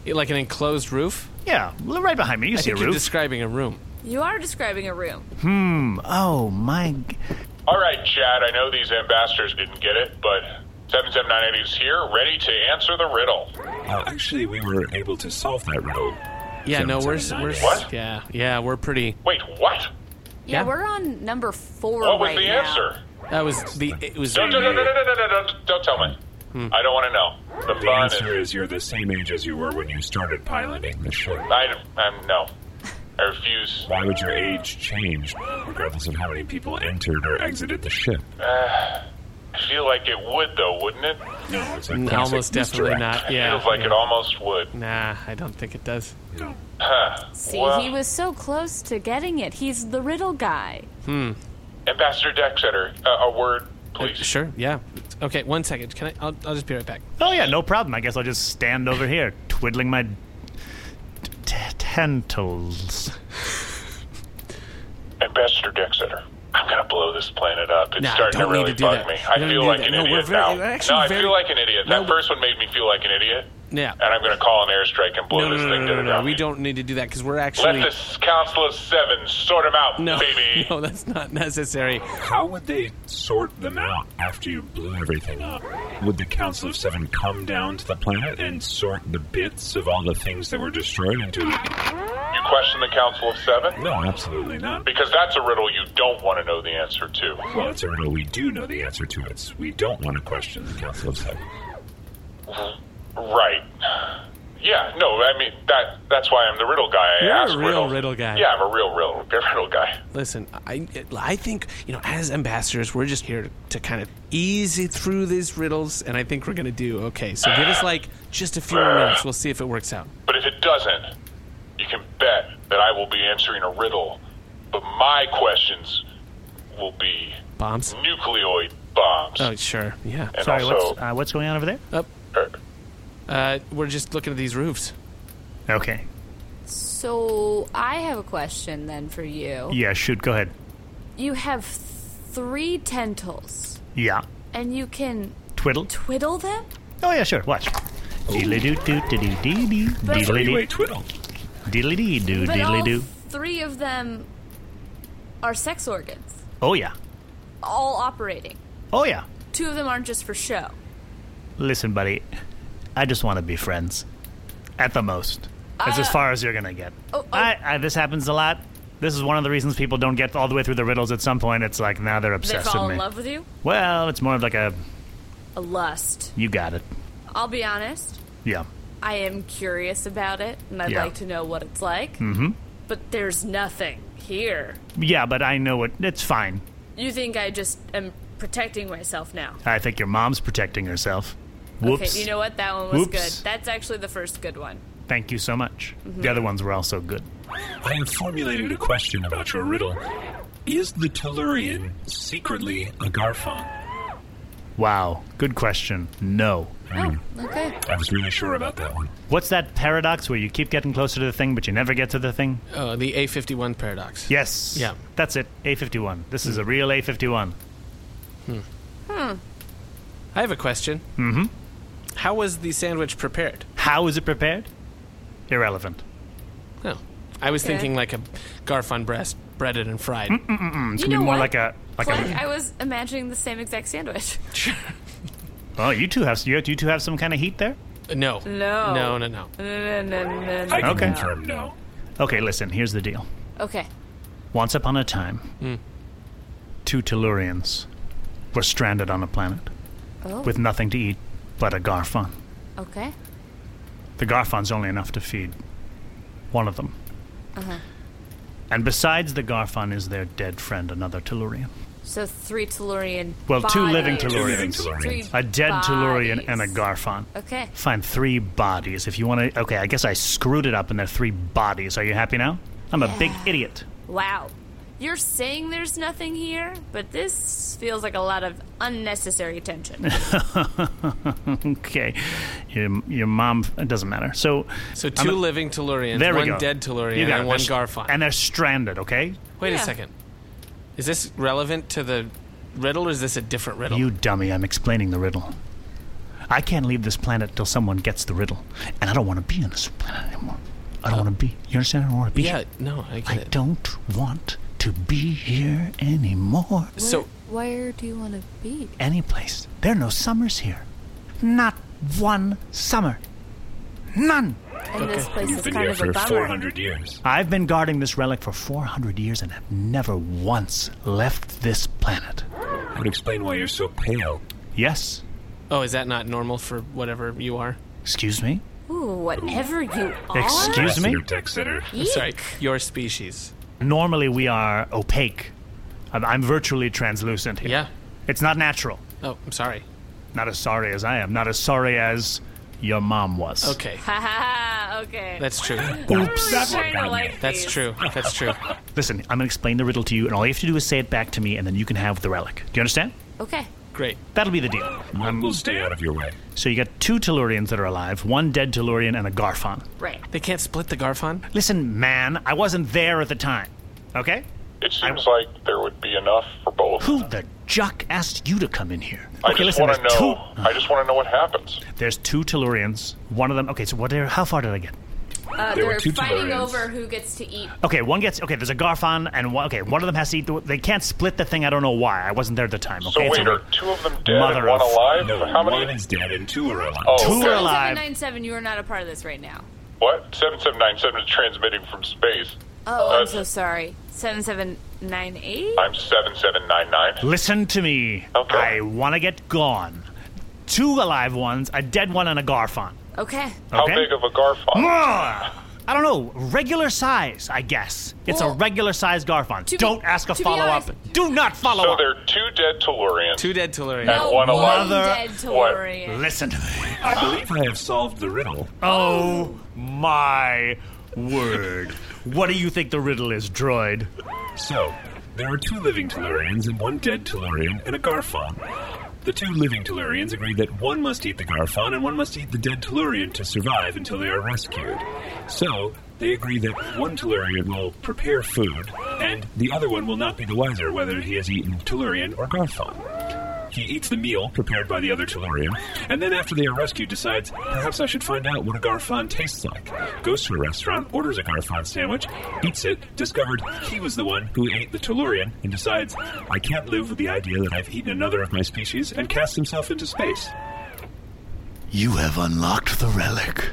Speaker 3: Like an enclosed roof?
Speaker 10: Yeah, l- right behind me. You
Speaker 3: I
Speaker 10: see a
Speaker 3: think you're
Speaker 10: roof.
Speaker 3: describing a room.
Speaker 4: You are describing a room.
Speaker 10: hmm. Oh, my. g-
Speaker 7: All right, Chad, I know these ambassadors didn't get it, but 7798 is here, ready to answer the riddle.
Speaker 5: Uh, actually, we were able to solve that riddle.
Speaker 3: Yeah, no, we're s- we're s-
Speaker 5: What?
Speaker 3: yeah yeah we're pretty.
Speaker 7: Wait, what?
Speaker 4: Yeah,
Speaker 3: Yeah.
Speaker 4: we're on number four
Speaker 7: What was
Speaker 4: right
Speaker 7: the
Speaker 4: now.
Speaker 7: answer?
Speaker 3: That was the it was. Hmm.
Speaker 7: No, no, no, no, no, no, no, no, don't, don't tell me.
Speaker 10: Hmm.
Speaker 7: I don't want to know. The
Speaker 5: The
Speaker 7: fun
Speaker 5: answer is you're the same age as you were when you started piloting the ship.
Speaker 7: I, I'm, no. I refuse.
Speaker 5: Why would your age change, regardless of how many people entered or exited the ship?
Speaker 7: Uh, I feel like it would, though, wouldn't it?
Speaker 5: No, it's
Speaker 3: Mm, Almost definitely not. Yeah,
Speaker 7: Feels like
Speaker 3: yeah.
Speaker 7: it almost would.
Speaker 3: Nah, I don't think it does.
Speaker 7: Huh.
Speaker 4: See,
Speaker 7: well,
Speaker 4: he was so close to getting it. He's the riddle guy.
Speaker 3: Hmm.
Speaker 7: Ambassador Dexeter, uh, a word, please.
Speaker 3: Sure. Yeah. Okay. One second. Can I? I'll, I'll just be right back.
Speaker 10: Oh, yeah, no problem. I guess I'll just stand over here, twiddling my t- t- tentacles.
Speaker 7: Ambassador Dexeter. I'm gonna blow this planet up. It's
Speaker 3: Nah,
Speaker 7: starting to
Speaker 3: don't need
Speaker 7: really
Speaker 3: to do
Speaker 7: bug
Speaker 3: that.
Speaker 7: me.
Speaker 3: You
Speaker 7: I
Speaker 3: don't
Speaker 7: feel
Speaker 3: do
Speaker 7: like
Speaker 3: that.
Speaker 7: an
Speaker 3: No, we're
Speaker 7: idiot
Speaker 3: very-
Speaker 7: now.
Speaker 3: we're actually
Speaker 7: no, I
Speaker 3: very-
Speaker 7: feel like an idiot.
Speaker 3: No,
Speaker 7: that first one made me feel like an idiot,
Speaker 3: Yeah.
Speaker 7: and I'm gonna call an airstrike and blow
Speaker 3: No, no,
Speaker 7: this
Speaker 3: no,
Speaker 7: thing
Speaker 3: no,
Speaker 7: to
Speaker 3: no,
Speaker 7: the
Speaker 3: no,
Speaker 7: ground.
Speaker 3: We don't need to do that because we're
Speaker 7: Let
Speaker 3: actually.
Speaker 7: this Council of Seven sort them out,
Speaker 3: No,
Speaker 7: baby.
Speaker 3: no, that's not necessary.
Speaker 5: How would they sort them out after you blew everything up? Would the Council of Seven come down to the planet and sort the bits of all the things that were destroyed into the.
Speaker 7: You question the Council of Seven?
Speaker 5: No, absolutely not.
Speaker 7: Because that's a riddle you don't want to know the answer to.
Speaker 5: Well, it's a riddle we do know the answer to. It's we don't want to question the Council of Seven.
Speaker 7: Right. Yeah, no, I mean that that's why I'm the riddle guy. I
Speaker 3: You're a
Speaker 7: ask
Speaker 3: real
Speaker 7: riddles.
Speaker 3: riddle guy.
Speaker 7: Yeah, I'm a real riddle, riddle guy.
Speaker 3: Listen, I I think you know as ambassadors we're just here to kind of ease it through these riddles, and I think we're gonna do okay. So give us like just a few more minutes. We'll see if it works out.
Speaker 7: But if it doesn't, you can bet that I will be answering a riddle. But my questions will be
Speaker 3: Bombs.
Speaker 7: nucleoid bombs.
Speaker 3: Oh sure. Yeah.
Speaker 7: And
Speaker 10: Sorry,
Speaker 7: also,
Speaker 10: what's, uh, what's going on over there?
Speaker 3: Up.
Speaker 7: uh,
Speaker 3: Uh, we're just looking at these roofs.
Speaker 10: Okay.
Speaker 4: So I have a question then for you.
Speaker 10: Yeah, shoot, go ahead.
Speaker 4: You have three tentacles,
Speaker 10: Yeah.
Speaker 4: and you can
Speaker 10: Twiddle.
Speaker 4: twiddle them.
Speaker 10: Oh, yeah, sure. Watch.
Speaker 3: Oh.
Speaker 10: Diddly doo doo doo doo dee dee.
Speaker 4: But-
Speaker 10: Diddly
Speaker 5: Three-way
Speaker 10: dee.
Speaker 5: twiddle.
Speaker 10: Diddly dee doo
Speaker 4: But all
Speaker 10: diddly doo.
Speaker 4: three of them are sex organs,
Speaker 10: Oh, yeah.
Speaker 4: all operating.
Speaker 10: Oh, yeah.
Speaker 4: Two of them aren't just for show.
Speaker 10: Listen, buddy, I just want to be friends. At the most. That's as
Speaker 4: I-
Speaker 10: far as you're going to get.
Speaker 4: Uh, Oh, oh.
Speaker 10: I, I, this happens a lot. This is one of the reasons people don't get all the way through the riddles at some point. It's like, now they're
Speaker 4: They
Speaker 10: obsessed
Speaker 4: fall
Speaker 10: with
Speaker 4: in
Speaker 10: me.
Speaker 4: love with you.
Speaker 10: Well, it's more of like a,
Speaker 4: A lust.
Speaker 10: you got it.
Speaker 4: I'll be honest.
Speaker 10: Yeah.
Speaker 4: I am curious about it, and I'd
Speaker 10: Yeah.
Speaker 4: like to know what it's like.
Speaker 10: Mm
Speaker 4: But there's nothing here.
Speaker 10: hmm. Yeah, but I know it. It's fine.
Speaker 4: You think I just am protecting myself now?
Speaker 10: I think your mom's protecting herself. Whoops.
Speaker 4: Okay, you know what? That one was
Speaker 10: Whoops.
Speaker 4: good. That's actually the first good one.
Speaker 10: Thank you so much.
Speaker 4: Mm-hmm.
Speaker 10: The other ones were also good.
Speaker 5: I have formulated a question about your riddle. Is the Tellurian secretly a Garfon?
Speaker 10: Wow. Good question. No. Hmm.
Speaker 4: Oh, okay.
Speaker 5: I was really sure about that one.
Speaker 10: What's that paradox where you keep getting closer to the thing, but you never get to the thing?
Speaker 3: Oh, the A fifty one paradox.
Speaker 10: Yes.
Speaker 3: Yeah. Hmm.
Speaker 10: That's it. A51. This is a real A51.
Speaker 3: I have a question. Mm-hmm. How was the sandwich prepared?
Speaker 10: How is it prepared? Irrelevant.
Speaker 3: Oh, I was
Speaker 4: Okay.
Speaker 3: thinking like a Garfon breast, breaded and fried.
Speaker 10: Mm, Mm-mm-mm. Hmm, It's
Speaker 4: You
Speaker 10: gonna
Speaker 4: know
Speaker 10: be more
Speaker 4: what?
Speaker 10: like a like
Speaker 4: Clark,
Speaker 10: a.
Speaker 4: I was imagining the same exact sandwich.
Speaker 10: Oh, you two have you you two have some kind of heat there?
Speaker 3: No.
Speaker 4: No.
Speaker 3: No, no, no.
Speaker 4: No, no, no, no, no.
Speaker 10: Okay.
Speaker 5: no.
Speaker 10: Okay, listen. Here's the deal.
Speaker 4: Okay.
Speaker 10: Once upon a time,
Speaker 3: Hmm.
Speaker 10: two Tellurians were stranded on a planet
Speaker 4: Oh.
Speaker 10: with nothing to eat but a Garfon.
Speaker 4: Okay.
Speaker 10: The Garfon's only enough to feed one of them.
Speaker 4: Uh-huh.
Speaker 10: And besides the Garfon is their dead friend, another Tellurian.
Speaker 4: So three Tellurian.
Speaker 10: Well, two living
Speaker 4: bodies.
Speaker 10: Tellurians.
Speaker 4: Three
Speaker 10: A dead
Speaker 4: bodies.
Speaker 10: Tellurian and a Garfon.
Speaker 4: Okay.
Speaker 10: Find three bodies. If you want to. Okay, I guess I screwed it up and they're three bodies. Are you happy now? I'm a big idiot.
Speaker 4: Wow. You're saying there's nothing here, but this feels like a lot of unnecessary tension.
Speaker 10: okay. Your, your mom. It doesn't matter. So.
Speaker 3: So two
Speaker 10: I'm a-
Speaker 3: living Tellurians,
Speaker 10: There we
Speaker 3: one
Speaker 10: go.
Speaker 3: dead
Speaker 10: You
Speaker 3: Tellurian,
Speaker 10: got it.
Speaker 3: and one
Speaker 10: They're s-
Speaker 3: Garfon.
Speaker 10: And they're stranded, okay?
Speaker 3: Wait
Speaker 10: Yeah.
Speaker 3: a second. Is this relevant to the riddle, or is this a different riddle?
Speaker 10: You dummy, I'm explaining the riddle. I can't leave this planet till someone gets the riddle. And I don't want to be on this planet anymore. I don't want to be. You understand? I don't want to be
Speaker 3: Oh. yeah,
Speaker 10: here.
Speaker 3: no, I get
Speaker 10: I
Speaker 3: it.
Speaker 10: don't want to be here anymore.
Speaker 4: where do you want to be?
Speaker 10: any place. There are no summers here. Not one summer. None.
Speaker 4: And this place
Speaker 5: You've
Speaker 4: is
Speaker 5: been
Speaker 4: kind
Speaker 5: here
Speaker 4: of a
Speaker 5: for
Speaker 4: bummer.
Speaker 5: 400 years.
Speaker 10: I've been guarding this relic for 400 years and have never once left this planet.
Speaker 5: I would explain why you're so pale.
Speaker 10: Yes.
Speaker 3: Oh, is that not normal for whatever you are?
Speaker 10: Excuse me?
Speaker 4: Ooh, whatever you are.
Speaker 10: Excuse me?
Speaker 3: I'm sorry, your species.
Speaker 10: Normally we are opaque. I'm, I'm virtually translucent here.
Speaker 3: Yeah.
Speaker 10: It's not natural.
Speaker 3: Oh, I'm sorry.
Speaker 10: Not as sorry as I am. Not as sorry as your mom was.
Speaker 3: Okay,
Speaker 4: Ha ha ha. Okay.
Speaker 3: that's true.
Speaker 10: Oops.
Speaker 4: I'm trying to like
Speaker 3: That's true. That's true.
Speaker 10: Listen, I'm going to explain the riddle to you, and all you have to do is say it back to me, and then you can have the relic. Do you understand?
Speaker 4: Okay.
Speaker 3: Great.
Speaker 10: That'll be the deal. I'm-
Speaker 5: We'll stay out of your way.
Speaker 10: So you got two Tellurians that are alive, one dead Tellurian and a Garfon.
Speaker 4: Right.
Speaker 3: They can't split the Garfon?
Speaker 10: Listen, man, I wasn't there at the time. Okay?
Speaker 7: It seems like there would be enough for both.
Speaker 10: Who the juck asked you to come in here?
Speaker 7: Oh. I
Speaker 10: okay,
Speaker 7: just
Speaker 10: listen,
Speaker 7: want
Speaker 10: there's
Speaker 7: to know. I just want to know what happens.
Speaker 10: two there's two Tellurians. One of them okay, so what how far did I get?
Speaker 4: Uh,
Speaker 7: There were
Speaker 4: they're
Speaker 7: two
Speaker 4: fighting
Speaker 7: Tellurians.
Speaker 4: over who gets to eat.
Speaker 10: Okay, one gets okay, there's a Garfon and one okay, one of them has to eat the, they can't split the thing, I don't know why. I wasn't there at the time, okay?
Speaker 7: So
Speaker 10: It's
Speaker 7: wait,
Speaker 10: a-
Speaker 7: are two of them dead
Speaker 10: Mother
Speaker 7: and one
Speaker 10: of-
Speaker 7: alive? How many?
Speaker 5: One is dead and two are alive.
Speaker 7: Oh,
Speaker 10: Two
Speaker 7: okay.
Speaker 10: are alive.
Speaker 4: 797, you are not a part of this right now.
Speaker 7: What? Seven seven nine seven is transmitting from space.
Speaker 4: Oh,
Speaker 7: Uh,
Speaker 4: I'm so sorry. 7798?
Speaker 7: I'm seven seven nine nine.
Speaker 10: Listen to me.
Speaker 7: Okay.
Speaker 10: I wanna get gone. Two alive ones, a dead one and a Garfon.
Speaker 4: Okay.
Speaker 7: How
Speaker 10: Okay?
Speaker 7: big of a Garfon?
Speaker 10: Mwah! I don't know. Regular size, I guess. It's a
Speaker 4: Well,
Speaker 10: regular size Garfon.
Speaker 4: to be-
Speaker 10: Don't ask a
Speaker 4: to be
Speaker 10: follow up.
Speaker 4: honest-
Speaker 10: Do not follow
Speaker 7: So
Speaker 10: up.
Speaker 7: there are two dead Tellurians.
Speaker 3: Two dead Tellurians.
Speaker 7: And one alive.
Speaker 4: dead
Speaker 7: What?
Speaker 4: Tellurian.
Speaker 10: Listen to me.
Speaker 5: I believe I have solved the riddle.
Speaker 10: Oh my word. What do you think the riddle is, droid?
Speaker 5: So, there are two living Tellurians and one dead Tellurian and a Garfon. The two living Tellurians agree that one must eat the Garfon and one must eat the dead Tellurian to survive until they are rescued. So, they agree that one Tellurian will prepare food, and the other one will not be the wiser whether he has eaten Tellurian or Garfon. He eats the meal prepared by the other Tellurian, and then after they are rescued, decides perhaps I should find out what a Garfon tastes like. Goes to a restaurant, orders a Garfon sandwich, eats it, discovered he was the one who ate the Tellurian, and decides I can't live with the idea that I've eaten another of my species, and casts himself into space.
Speaker 10: You have unlocked the relic.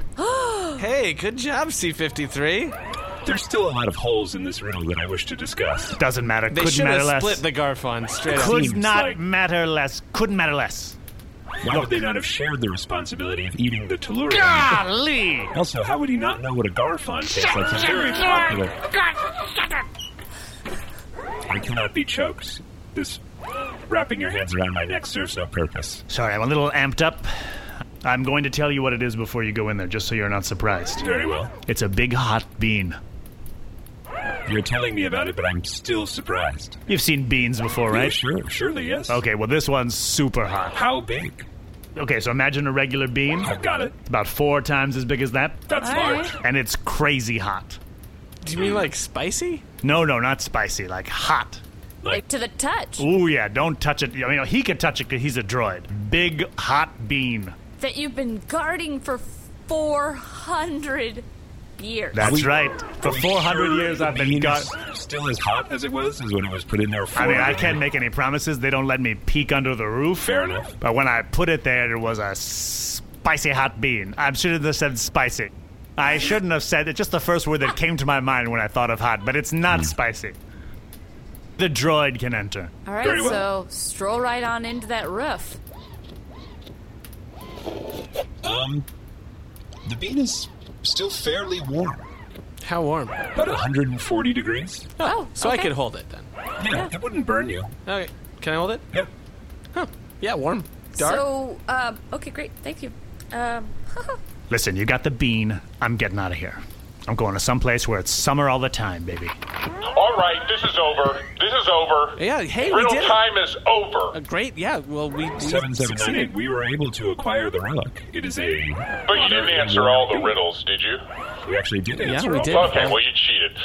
Speaker 3: Hey, good job, C53.
Speaker 5: There's still a lot of holes in this riddle that I wish to discuss.
Speaker 10: Doesn't matter.
Speaker 3: They
Speaker 10: Couldn't
Speaker 3: should
Speaker 10: matter
Speaker 3: have
Speaker 10: less.
Speaker 3: split the Garfon straight up.
Speaker 10: Could
Speaker 5: Seems
Speaker 10: not
Speaker 5: like-
Speaker 10: matter less. Couldn't matter less.
Speaker 5: Why would they not have shared the responsibility of eating the Tellurian?
Speaker 10: Golly!
Speaker 5: Also, how would he not know what a Garfon tastes like? It's very popular. I cannot be choked. This wrapping your hands around my neck serves no purpose.
Speaker 10: Sorry, I'm a little amped up. I'm going to tell you what it is before you go in there, just so you're not surprised.
Speaker 5: Very well.
Speaker 10: It's a big hot bean.
Speaker 5: You're telling me about it, but I'm still surprised.
Speaker 10: You've seen beans before, right?
Speaker 5: Sure, surely, yes.
Speaker 10: Okay, well, this one's super hot.
Speaker 5: How big?
Speaker 10: Okay, so imagine a regular bean.
Speaker 5: I've got it.
Speaker 10: It's about four times as big as that,
Speaker 5: That's large.
Speaker 10: and it's crazy hot.
Speaker 3: Do you mean like spicy?
Speaker 10: No, no, not spicy, like hot.
Speaker 4: Like to the touch.
Speaker 10: Ooh, yeah, don't touch it. I mean, he could touch it 'cause he's a droid. Big hot bean.
Speaker 4: That you've been guarding for 400 years.
Speaker 10: That's right. For 400 years, I've been got.
Speaker 5: Still as hot as it was is when it was put in there. For
Speaker 10: I mean, I can't make any promises. They don't let me peek under the roof. Fair enough. But when I put it there, it was a spicy hot bean. I shouldn't have said spicy. I shouldn't have said it. Just the first word that came to my mind when I thought of hot, but it's not spicy. The droid can enter.
Speaker 4: All right, so stroll right on into that roof.
Speaker 5: Um, the bean is still fairly warm.
Speaker 3: How warm?
Speaker 5: About 140 degrees.
Speaker 4: Oh,
Speaker 3: so I
Speaker 5: okay.
Speaker 3: could hold it then.
Speaker 5: Yeah, it wouldn't burn you.
Speaker 3: Okay, can I hold it?
Speaker 5: Yep.
Speaker 3: Huh. Yeah, warm.
Speaker 4: So, um, okay, great. Thank you. Um,
Speaker 10: Listen, you got the bean. I'm getting out of here. I'm going to someplace where it's summer all the time, baby.
Speaker 7: All right, this is over. This is over.
Speaker 3: Yeah, hey, we
Speaker 7: Riddle
Speaker 3: did it.
Speaker 7: time is over.
Speaker 3: Uh, great. Yeah. Well, we, we
Speaker 5: Seven seven nine
Speaker 3: succeeded.
Speaker 5: eight. We were able to acquire the relic. It is a.
Speaker 7: But you didn't answer all the riddles, did you?
Speaker 5: We actually did
Speaker 3: Yeah,
Speaker 5: answer.
Speaker 3: we
Speaker 5: all
Speaker 3: did. Uh,
Speaker 5: of
Speaker 7: Okay,
Speaker 5: them.
Speaker 7: well, you cheated.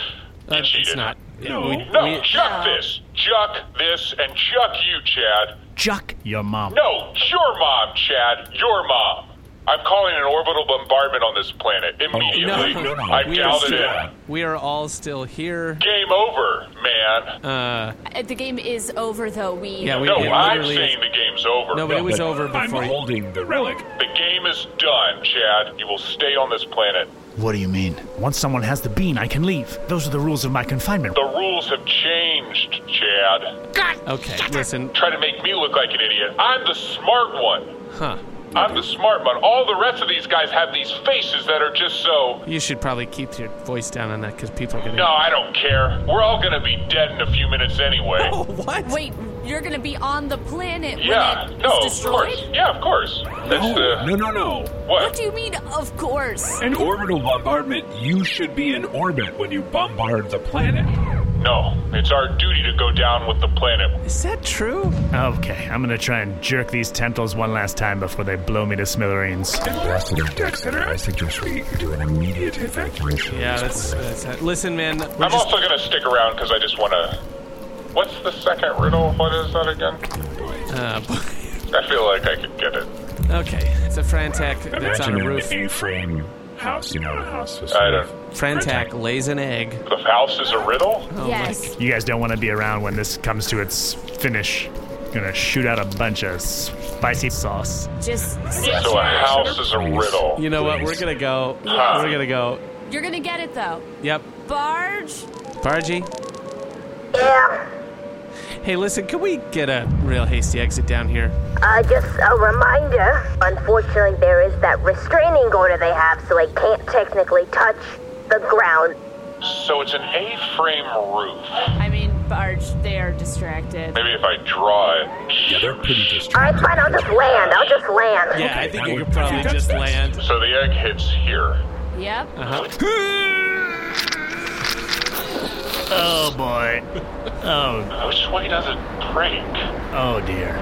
Speaker 7: You cheated.
Speaker 3: It's not.
Speaker 5: No.
Speaker 7: No,
Speaker 3: we-
Speaker 7: chuck this. Chuck this and chuck you, Chad.
Speaker 10: Chuck your mom.
Speaker 7: No, your mom, Chad. Your mom. I'm calling an orbital bombardment on this planet immediately.
Speaker 3: Oh, no, no,
Speaker 7: I
Speaker 3: we
Speaker 7: doubt it.
Speaker 3: understand.
Speaker 7: in.
Speaker 3: We are all still here.
Speaker 7: Game over, man.
Speaker 4: uh, the game is over, though. We
Speaker 3: Yeah, we
Speaker 7: no,
Speaker 3: it
Speaker 7: I'm
Speaker 3: literally
Speaker 7: saying
Speaker 3: is-
Speaker 7: the game's over.
Speaker 3: No, but it was
Speaker 5: But
Speaker 3: over
Speaker 5: I'm
Speaker 3: before. you-
Speaker 5: holding the relic.
Speaker 7: The game is done, Chad. You will stay on this planet.
Speaker 10: What do you mean? Once someone has the bean, I can leave. Those are the rules of my confinement.
Speaker 7: The rules have changed, Chad.
Speaker 3: Okay, listen.
Speaker 7: Try to make me look like an idiot. I'm the smart one.
Speaker 3: Huh.
Speaker 7: I'm the smart one. All the rest of these guys have these faces that are just so.
Speaker 3: You should probably keep your voice down on that because people are gonna.
Speaker 7: No, I don't care. We're all gonna be dead in a few minutes anyway.
Speaker 3: Oh, what?
Speaker 4: wait. You're gonna be on the planet
Speaker 7: yeah,
Speaker 4: when it's
Speaker 7: no, of
Speaker 4: destroyed.
Speaker 7: course. Yeah, of course. That's
Speaker 5: No,
Speaker 7: the
Speaker 5: no, no, no.
Speaker 4: What
Speaker 7: what?
Speaker 4: do you mean? Of course.
Speaker 5: An orbital bombardment. You should be in orbit when you bombard the planet.
Speaker 7: No, it's our duty to go down with the planet.
Speaker 3: Is that true?
Speaker 10: Okay, I'm gonna try and jerk these tentacles one last time before they blow me to smithereens.
Speaker 5: Ambassador Dexter, I suggest we do an immediate evacuation.
Speaker 3: Yeah, that's. that's that. Listen, man. We're
Speaker 7: I'm
Speaker 3: just,
Speaker 7: also gonna stick around because I just wanna. What's the second riddle? What is that again?
Speaker 3: uh,
Speaker 7: I feel like I could get it.
Speaker 3: okay, it's a Frantac that's on
Speaker 5: Imagine
Speaker 3: a roof.
Speaker 5: an A-frame house. You know, a house. with
Speaker 7: I
Speaker 5: sort of-
Speaker 7: don't.
Speaker 3: Frantac lays an egg.
Speaker 7: The house is a riddle?
Speaker 3: Oh
Speaker 4: yes.
Speaker 10: You guys don't want to be around when this comes to its finish. Gonna shoot out a bunch of spicy sauce.
Speaker 4: Just
Speaker 7: So a house is a riddle.
Speaker 3: You know what? We're gonna go.
Speaker 7: Huh.
Speaker 3: We're gonna go.
Speaker 4: you're gonna get it though.
Speaker 3: Yep.
Speaker 4: Barge.
Speaker 3: Bargy. Hey, listen. Can we get a real hasty exit down here?
Speaker 11: Uh, just a reminder. Unfortunately, there is that restraining order they have, so I can't technically touch the ground.
Speaker 7: So it's an A-frame roof.
Speaker 4: I mean, barge. They are distracted.
Speaker 7: Maybe if I draw it.
Speaker 5: Yeah, they're pretty
Speaker 11: All
Speaker 5: distracting.
Speaker 11: right, fine. I'll just land. I'll just land.
Speaker 3: Yeah, I think
Speaker 5: that
Speaker 3: you
Speaker 5: would-
Speaker 3: could probably
Speaker 5: that's-
Speaker 3: just
Speaker 5: that's-
Speaker 3: land. Uh-huh.
Speaker 7: So the egg hits here.
Speaker 4: Yep.
Speaker 10: Oh boy. Oh,
Speaker 7: Which way does it break?
Speaker 10: oh dear.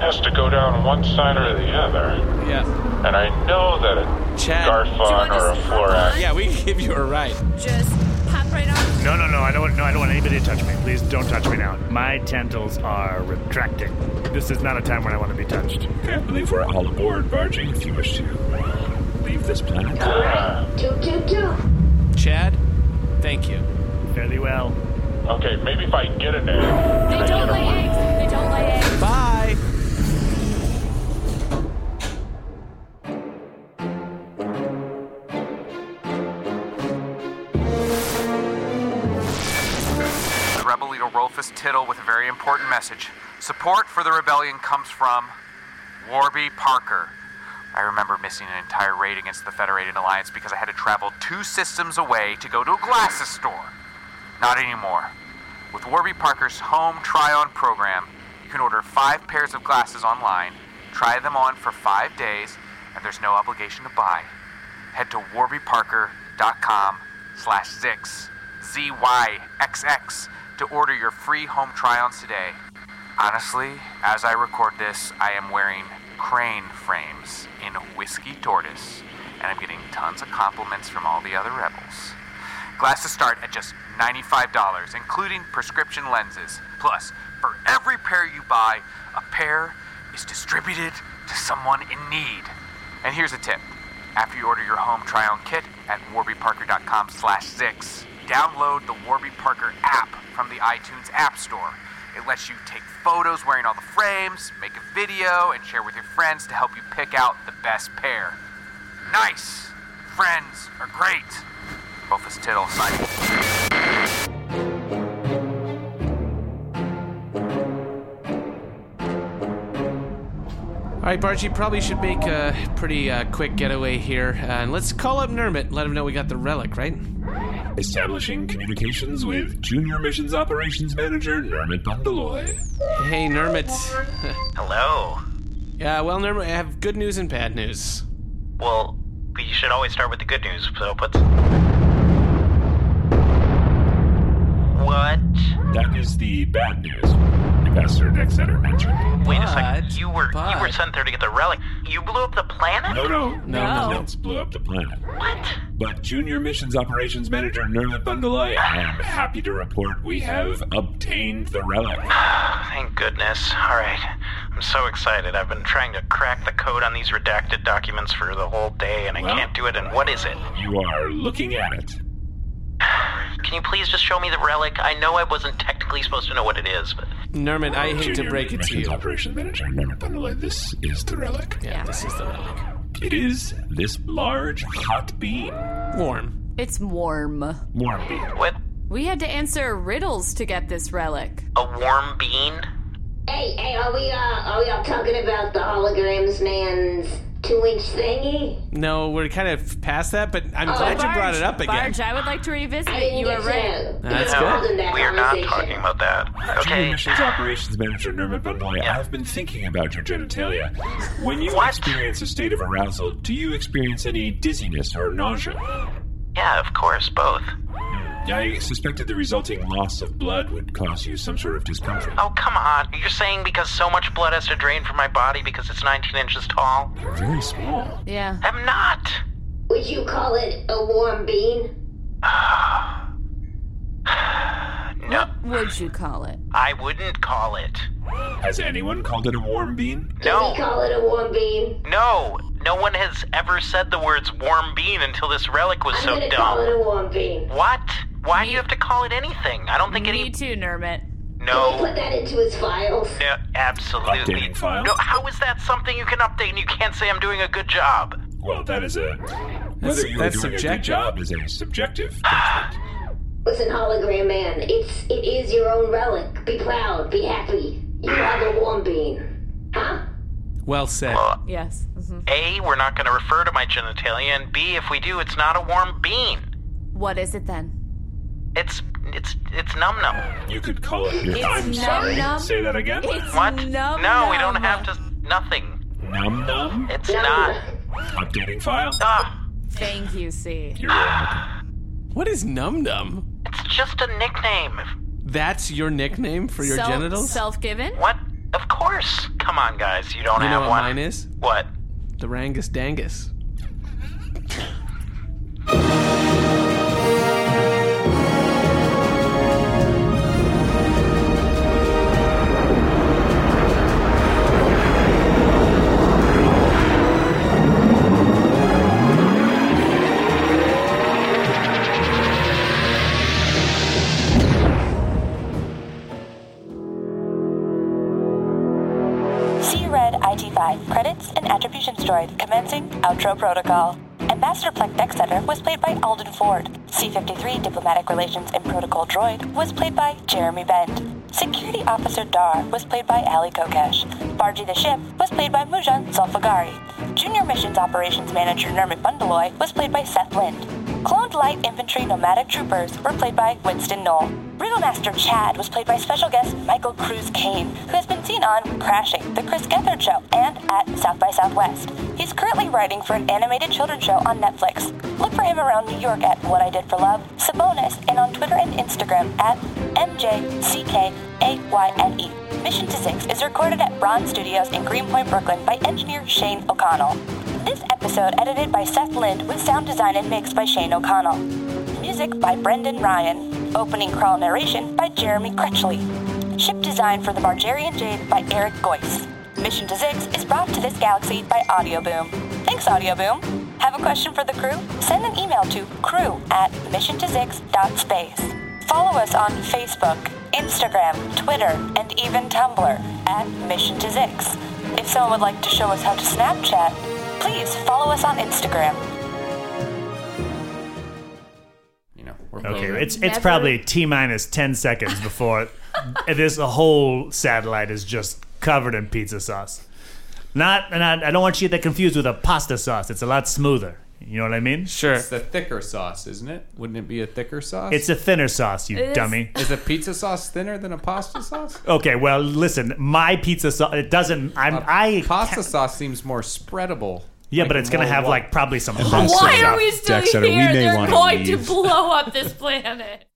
Speaker 7: has to go down one side or the other.
Speaker 3: Yeah.
Speaker 7: And I know that a
Speaker 3: Chad.
Speaker 7: Garfon
Speaker 4: Do you
Speaker 7: or a
Speaker 4: want to
Speaker 7: Florax.
Speaker 3: Yeah, we can give you a ride.
Speaker 4: Just pop right on.
Speaker 10: No, no, no. I don't. want- No, I don't want anybody to touch me. Please don't touch me now. My tentacles are retracting. This is not a time when I want to be touched.
Speaker 5: Okay, I believe we're all aboard, Bargy, if you wish to leave this planet.
Speaker 2: Doot, doot, doot.
Speaker 3: Chad, thank you.
Speaker 10: Fairly well.
Speaker 7: Okay, maybe if I get an egg.
Speaker 4: They don't lay eggs. They don't lay eggs.
Speaker 3: Bye.
Speaker 12: The rebel leader Rolfus Tittle with a very important message. Support for the rebellion comes from Warby Parker. I remember missing an entire raid against the Federated Alliance because I had to travel two systems away to go to a glasses store. Not anymore. With Warby Parker's home try on program, you can order five pairs of glasses online, try them on for five days, and there's no obligation to buy. Head to warbyparker.com slash Zix, Z-Y-X-X, to order your free home try ons today. Honestly, as I record this, I am wearing crane frames in whiskey tortoise, and I'm getting tons of compliments from all the other rebels. Glasses start at just $95, including prescription lenses. Plus, for every pair you buy, a pair is distributed to someone in need. And here's a tip after you order your home try on kit, at warbyparker.com slash Zix. Download the Warby Parker app from the iTunes App Store. It lets you take photos wearing all the frames, make a video, and share with your friends to help you pick out the best pair. Nice! Friends are great! Rofus Tittle signing.
Speaker 3: All right, Barge, you probably should make a pretty uh, quick getaway here. Uh, and let's call up Nermit, let him know we got the relic, right?
Speaker 5: Establishing communications with Junior Missions Operations Manager Nermit Bundeloy.
Speaker 3: Hey, Nermit.
Speaker 6: Hello.
Speaker 3: Yeah, well, Nermit, I have good news and bad news.
Speaker 6: Well, you should always start with the good news, so but What?
Speaker 5: That is the bad news. Ambassador Dexter mentioned.
Speaker 6: Wait a second. You were you were sent there to get the relic. You blew up the planet?
Speaker 5: No, no, no, no. Else blew up the planet.
Speaker 6: What?
Speaker 5: But Junior Missions Operations Manager Nermit Bundelai, I am happy to report we have obtained the relic.
Speaker 6: Thank goodness. All right. I'm so excited. I've been trying to crack the code on these redacted documents for the whole day and I
Speaker 5: Well-
Speaker 6: can't do it. And what is it?
Speaker 5: You are looking at it.
Speaker 6: Can you please just show me the relic? I know I wasn't technically supposed to know what it is, but
Speaker 3: Nermit, I hate to
Speaker 5: Junior
Speaker 3: break it to
Speaker 5: Missions
Speaker 3: you.
Speaker 5: Operations Manager Nermit Bundelai, this is the relic.
Speaker 3: Yeah, this is the relic.
Speaker 5: It is this large hot beam.
Speaker 3: Warm.
Speaker 4: It's warm.
Speaker 5: Warm beam.
Speaker 6: What?
Speaker 4: We had to answer riddles to get this relic.
Speaker 6: A warm bean?
Speaker 2: Hey, hey, are we uh, are we all talking about the holograms man's two-inch thingy?
Speaker 3: No, we're kind of past that, but I'm
Speaker 2: Oh,
Speaker 3: glad you
Speaker 2: Barge,
Speaker 3: brought it up again.
Speaker 4: Barge, I would like to revisit
Speaker 2: I
Speaker 4: it.
Speaker 2: didn't
Speaker 4: You
Speaker 2: get
Speaker 4: are right.
Speaker 2: to.
Speaker 3: That's
Speaker 6: no,
Speaker 3: good.
Speaker 6: we are not talking about that.
Speaker 5: Junior
Speaker 6: Okay.
Speaker 5: Missions Operations Manager Nermit Bundelai, I've been thinking about your genitalia. When you experience a state of arousal, do you experience any dizziness or nausea? Hmm.
Speaker 6: Yeah, of course, both.
Speaker 5: I suspected the resulting loss of blood would cause you some sort of discomfort.
Speaker 6: Oh, come on. You're saying because so much blood has to drain from my body because it's 19 inches tall?
Speaker 5: Very small.
Speaker 4: Yeah.
Speaker 6: I'm not.
Speaker 2: Would you call it a warm bean?
Speaker 6: No,
Speaker 4: Would you call it?
Speaker 6: I wouldn't call it.
Speaker 5: Has anyone called it a warm bean?
Speaker 6: No.
Speaker 2: We call it a warm bean.
Speaker 6: No, no one has ever said the words warm bean until this relic was
Speaker 2: I'm
Speaker 6: so
Speaker 2: gonna call it
Speaker 6: dumb.
Speaker 2: a warm bean.
Speaker 6: What? Why do you have to call it anything? I don't think any.
Speaker 4: Me too, Nermit.
Speaker 2: Can we
Speaker 6: No.
Speaker 2: put that into his files?
Speaker 6: No, absolutely.
Speaker 5: Updating files?
Speaker 6: No, how is that something you can update and you can't say I'm doing a good job?
Speaker 5: Well, that is a.
Speaker 3: That's-
Speaker 5: Whether you are
Speaker 3: that's
Speaker 5: doing a good
Speaker 3: subjective.
Speaker 5: job is a subjective.
Speaker 2: Listen, hologram man, it's it is your own relic. Be proud. Be happy. You are the warm bean, huh?
Speaker 3: Well said.
Speaker 4: Yes. mhm.
Speaker 6: A, we're not going to refer to my genitalia, and B, if we do, it's not a warm bean.
Speaker 4: What is it then?
Speaker 6: It's it's it's num num.
Speaker 5: You could call it.
Speaker 4: It's
Speaker 5: I'm sorry.
Speaker 4: num-num.
Speaker 5: Say that again.
Speaker 4: It's
Speaker 6: What?
Speaker 4: Num
Speaker 6: no, we
Speaker 4: num.
Speaker 6: don't have to. Nothing.
Speaker 5: Num num.
Speaker 6: It's
Speaker 2: Num.
Speaker 6: not.
Speaker 5: Updating file.
Speaker 6: Ah,
Speaker 4: Thank you, C.
Speaker 5: You're welcome.
Speaker 3: What is Num Num?
Speaker 6: it's just a nickname.
Speaker 3: That's your nickname for your
Speaker 4: Self-
Speaker 3: genitals?
Speaker 4: Self-given?
Speaker 6: What? Of course. Come on, guys. You don't
Speaker 3: you know
Speaker 6: have
Speaker 3: what
Speaker 6: one.
Speaker 3: mine is?
Speaker 6: What?
Speaker 3: The Rangus Dangus.
Speaker 13: See Red IG5 credits and attribution story commencing outro protocol. Ambassador Plek Dexeter was played by Alden Ford. C53 Diplomatic Relations and Protocol Droid was played by Jeremy Bent. Security Officer Dar was played by Ali Kokesh. Bargy the Ship was played by Mujan Zulfagari. Junior Missions Operations Manager Nermit Bundeloy was played by Seth Lind. Cloned Light Infantry Nomadic Troopers were played by Winston Knoll. Riddlemaster Chad was played by special guest Michael Cruz Kane, who has been seen on Crashing, The Chris Gethard Show, and at South by Southwest. He's currently writing for an animated children's show on Netflix. Look for him around New York at What I Did for Love, Sabonis, and on Twitter and Instagram at MJCKAYNE. E. Mission to Six is recorded at Bronze Studios in Greenpoint, Brooklyn by engineer Shane O'Connell. This episode edited by Seth Lind with sound design and mix by Shane O'Connell. Music by Brendan Ryan. Opening crawl narration by Jeremy Crutchley. Ship design for the Bargerian Jade by Eric Goyce. Mission to Zix is brought to this galaxy by Audio Boom. Thanks, Audio Boom. Have a question for the crew? Send an email to crew at missiontozix.space. Follow us on Facebook, Instagram, Twitter, and even Tumblr at Mission to Zix. If someone would like to show us how to Snapchat, please follow us on Instagram.
Speaker 12: We're
Speaker 10: Okay,
Speaker 12: moving.
Speaker 10: it's it's
Speaker 13: Never-
Speaker 10: probably t minus ten seconds before this whole satellite is just covered in pizza sauce. Not, and I, I don't want you to get confused with a pasta sauce. It's a lot smoother. You know what I mean? Sure.
Speaker 14: It's the thicker sauce, isn't it? Wouldn't it be a thicker sauce?
Speaker 10: It's a thinner sauce, you
Speaker 14: It is.
Speaker 10: dummy.
Speaker 14: Is a pizza sauce thinner than a pasta sauce?
Speaker 10: Okay, well, listen, my pizza sauce it doesn't. I'm I
Speaker 14: Uh, pasta sauce seems more spreadable.
Speaker 10: Yeah,
Speaker 14: Like
Speaker 10: but it's gonna
Speaker 14: more
Speaker 10: have
Speaker 14: wa-
Speaker 10: like probably some. hunk
Speaker 14: Why
Speaker 10: of
Speaker 14: are
Speaker 10: stuff.
Speaker 14: we still Dexter, we here? may They're wanna
Speaker 4: going to blow up this planet.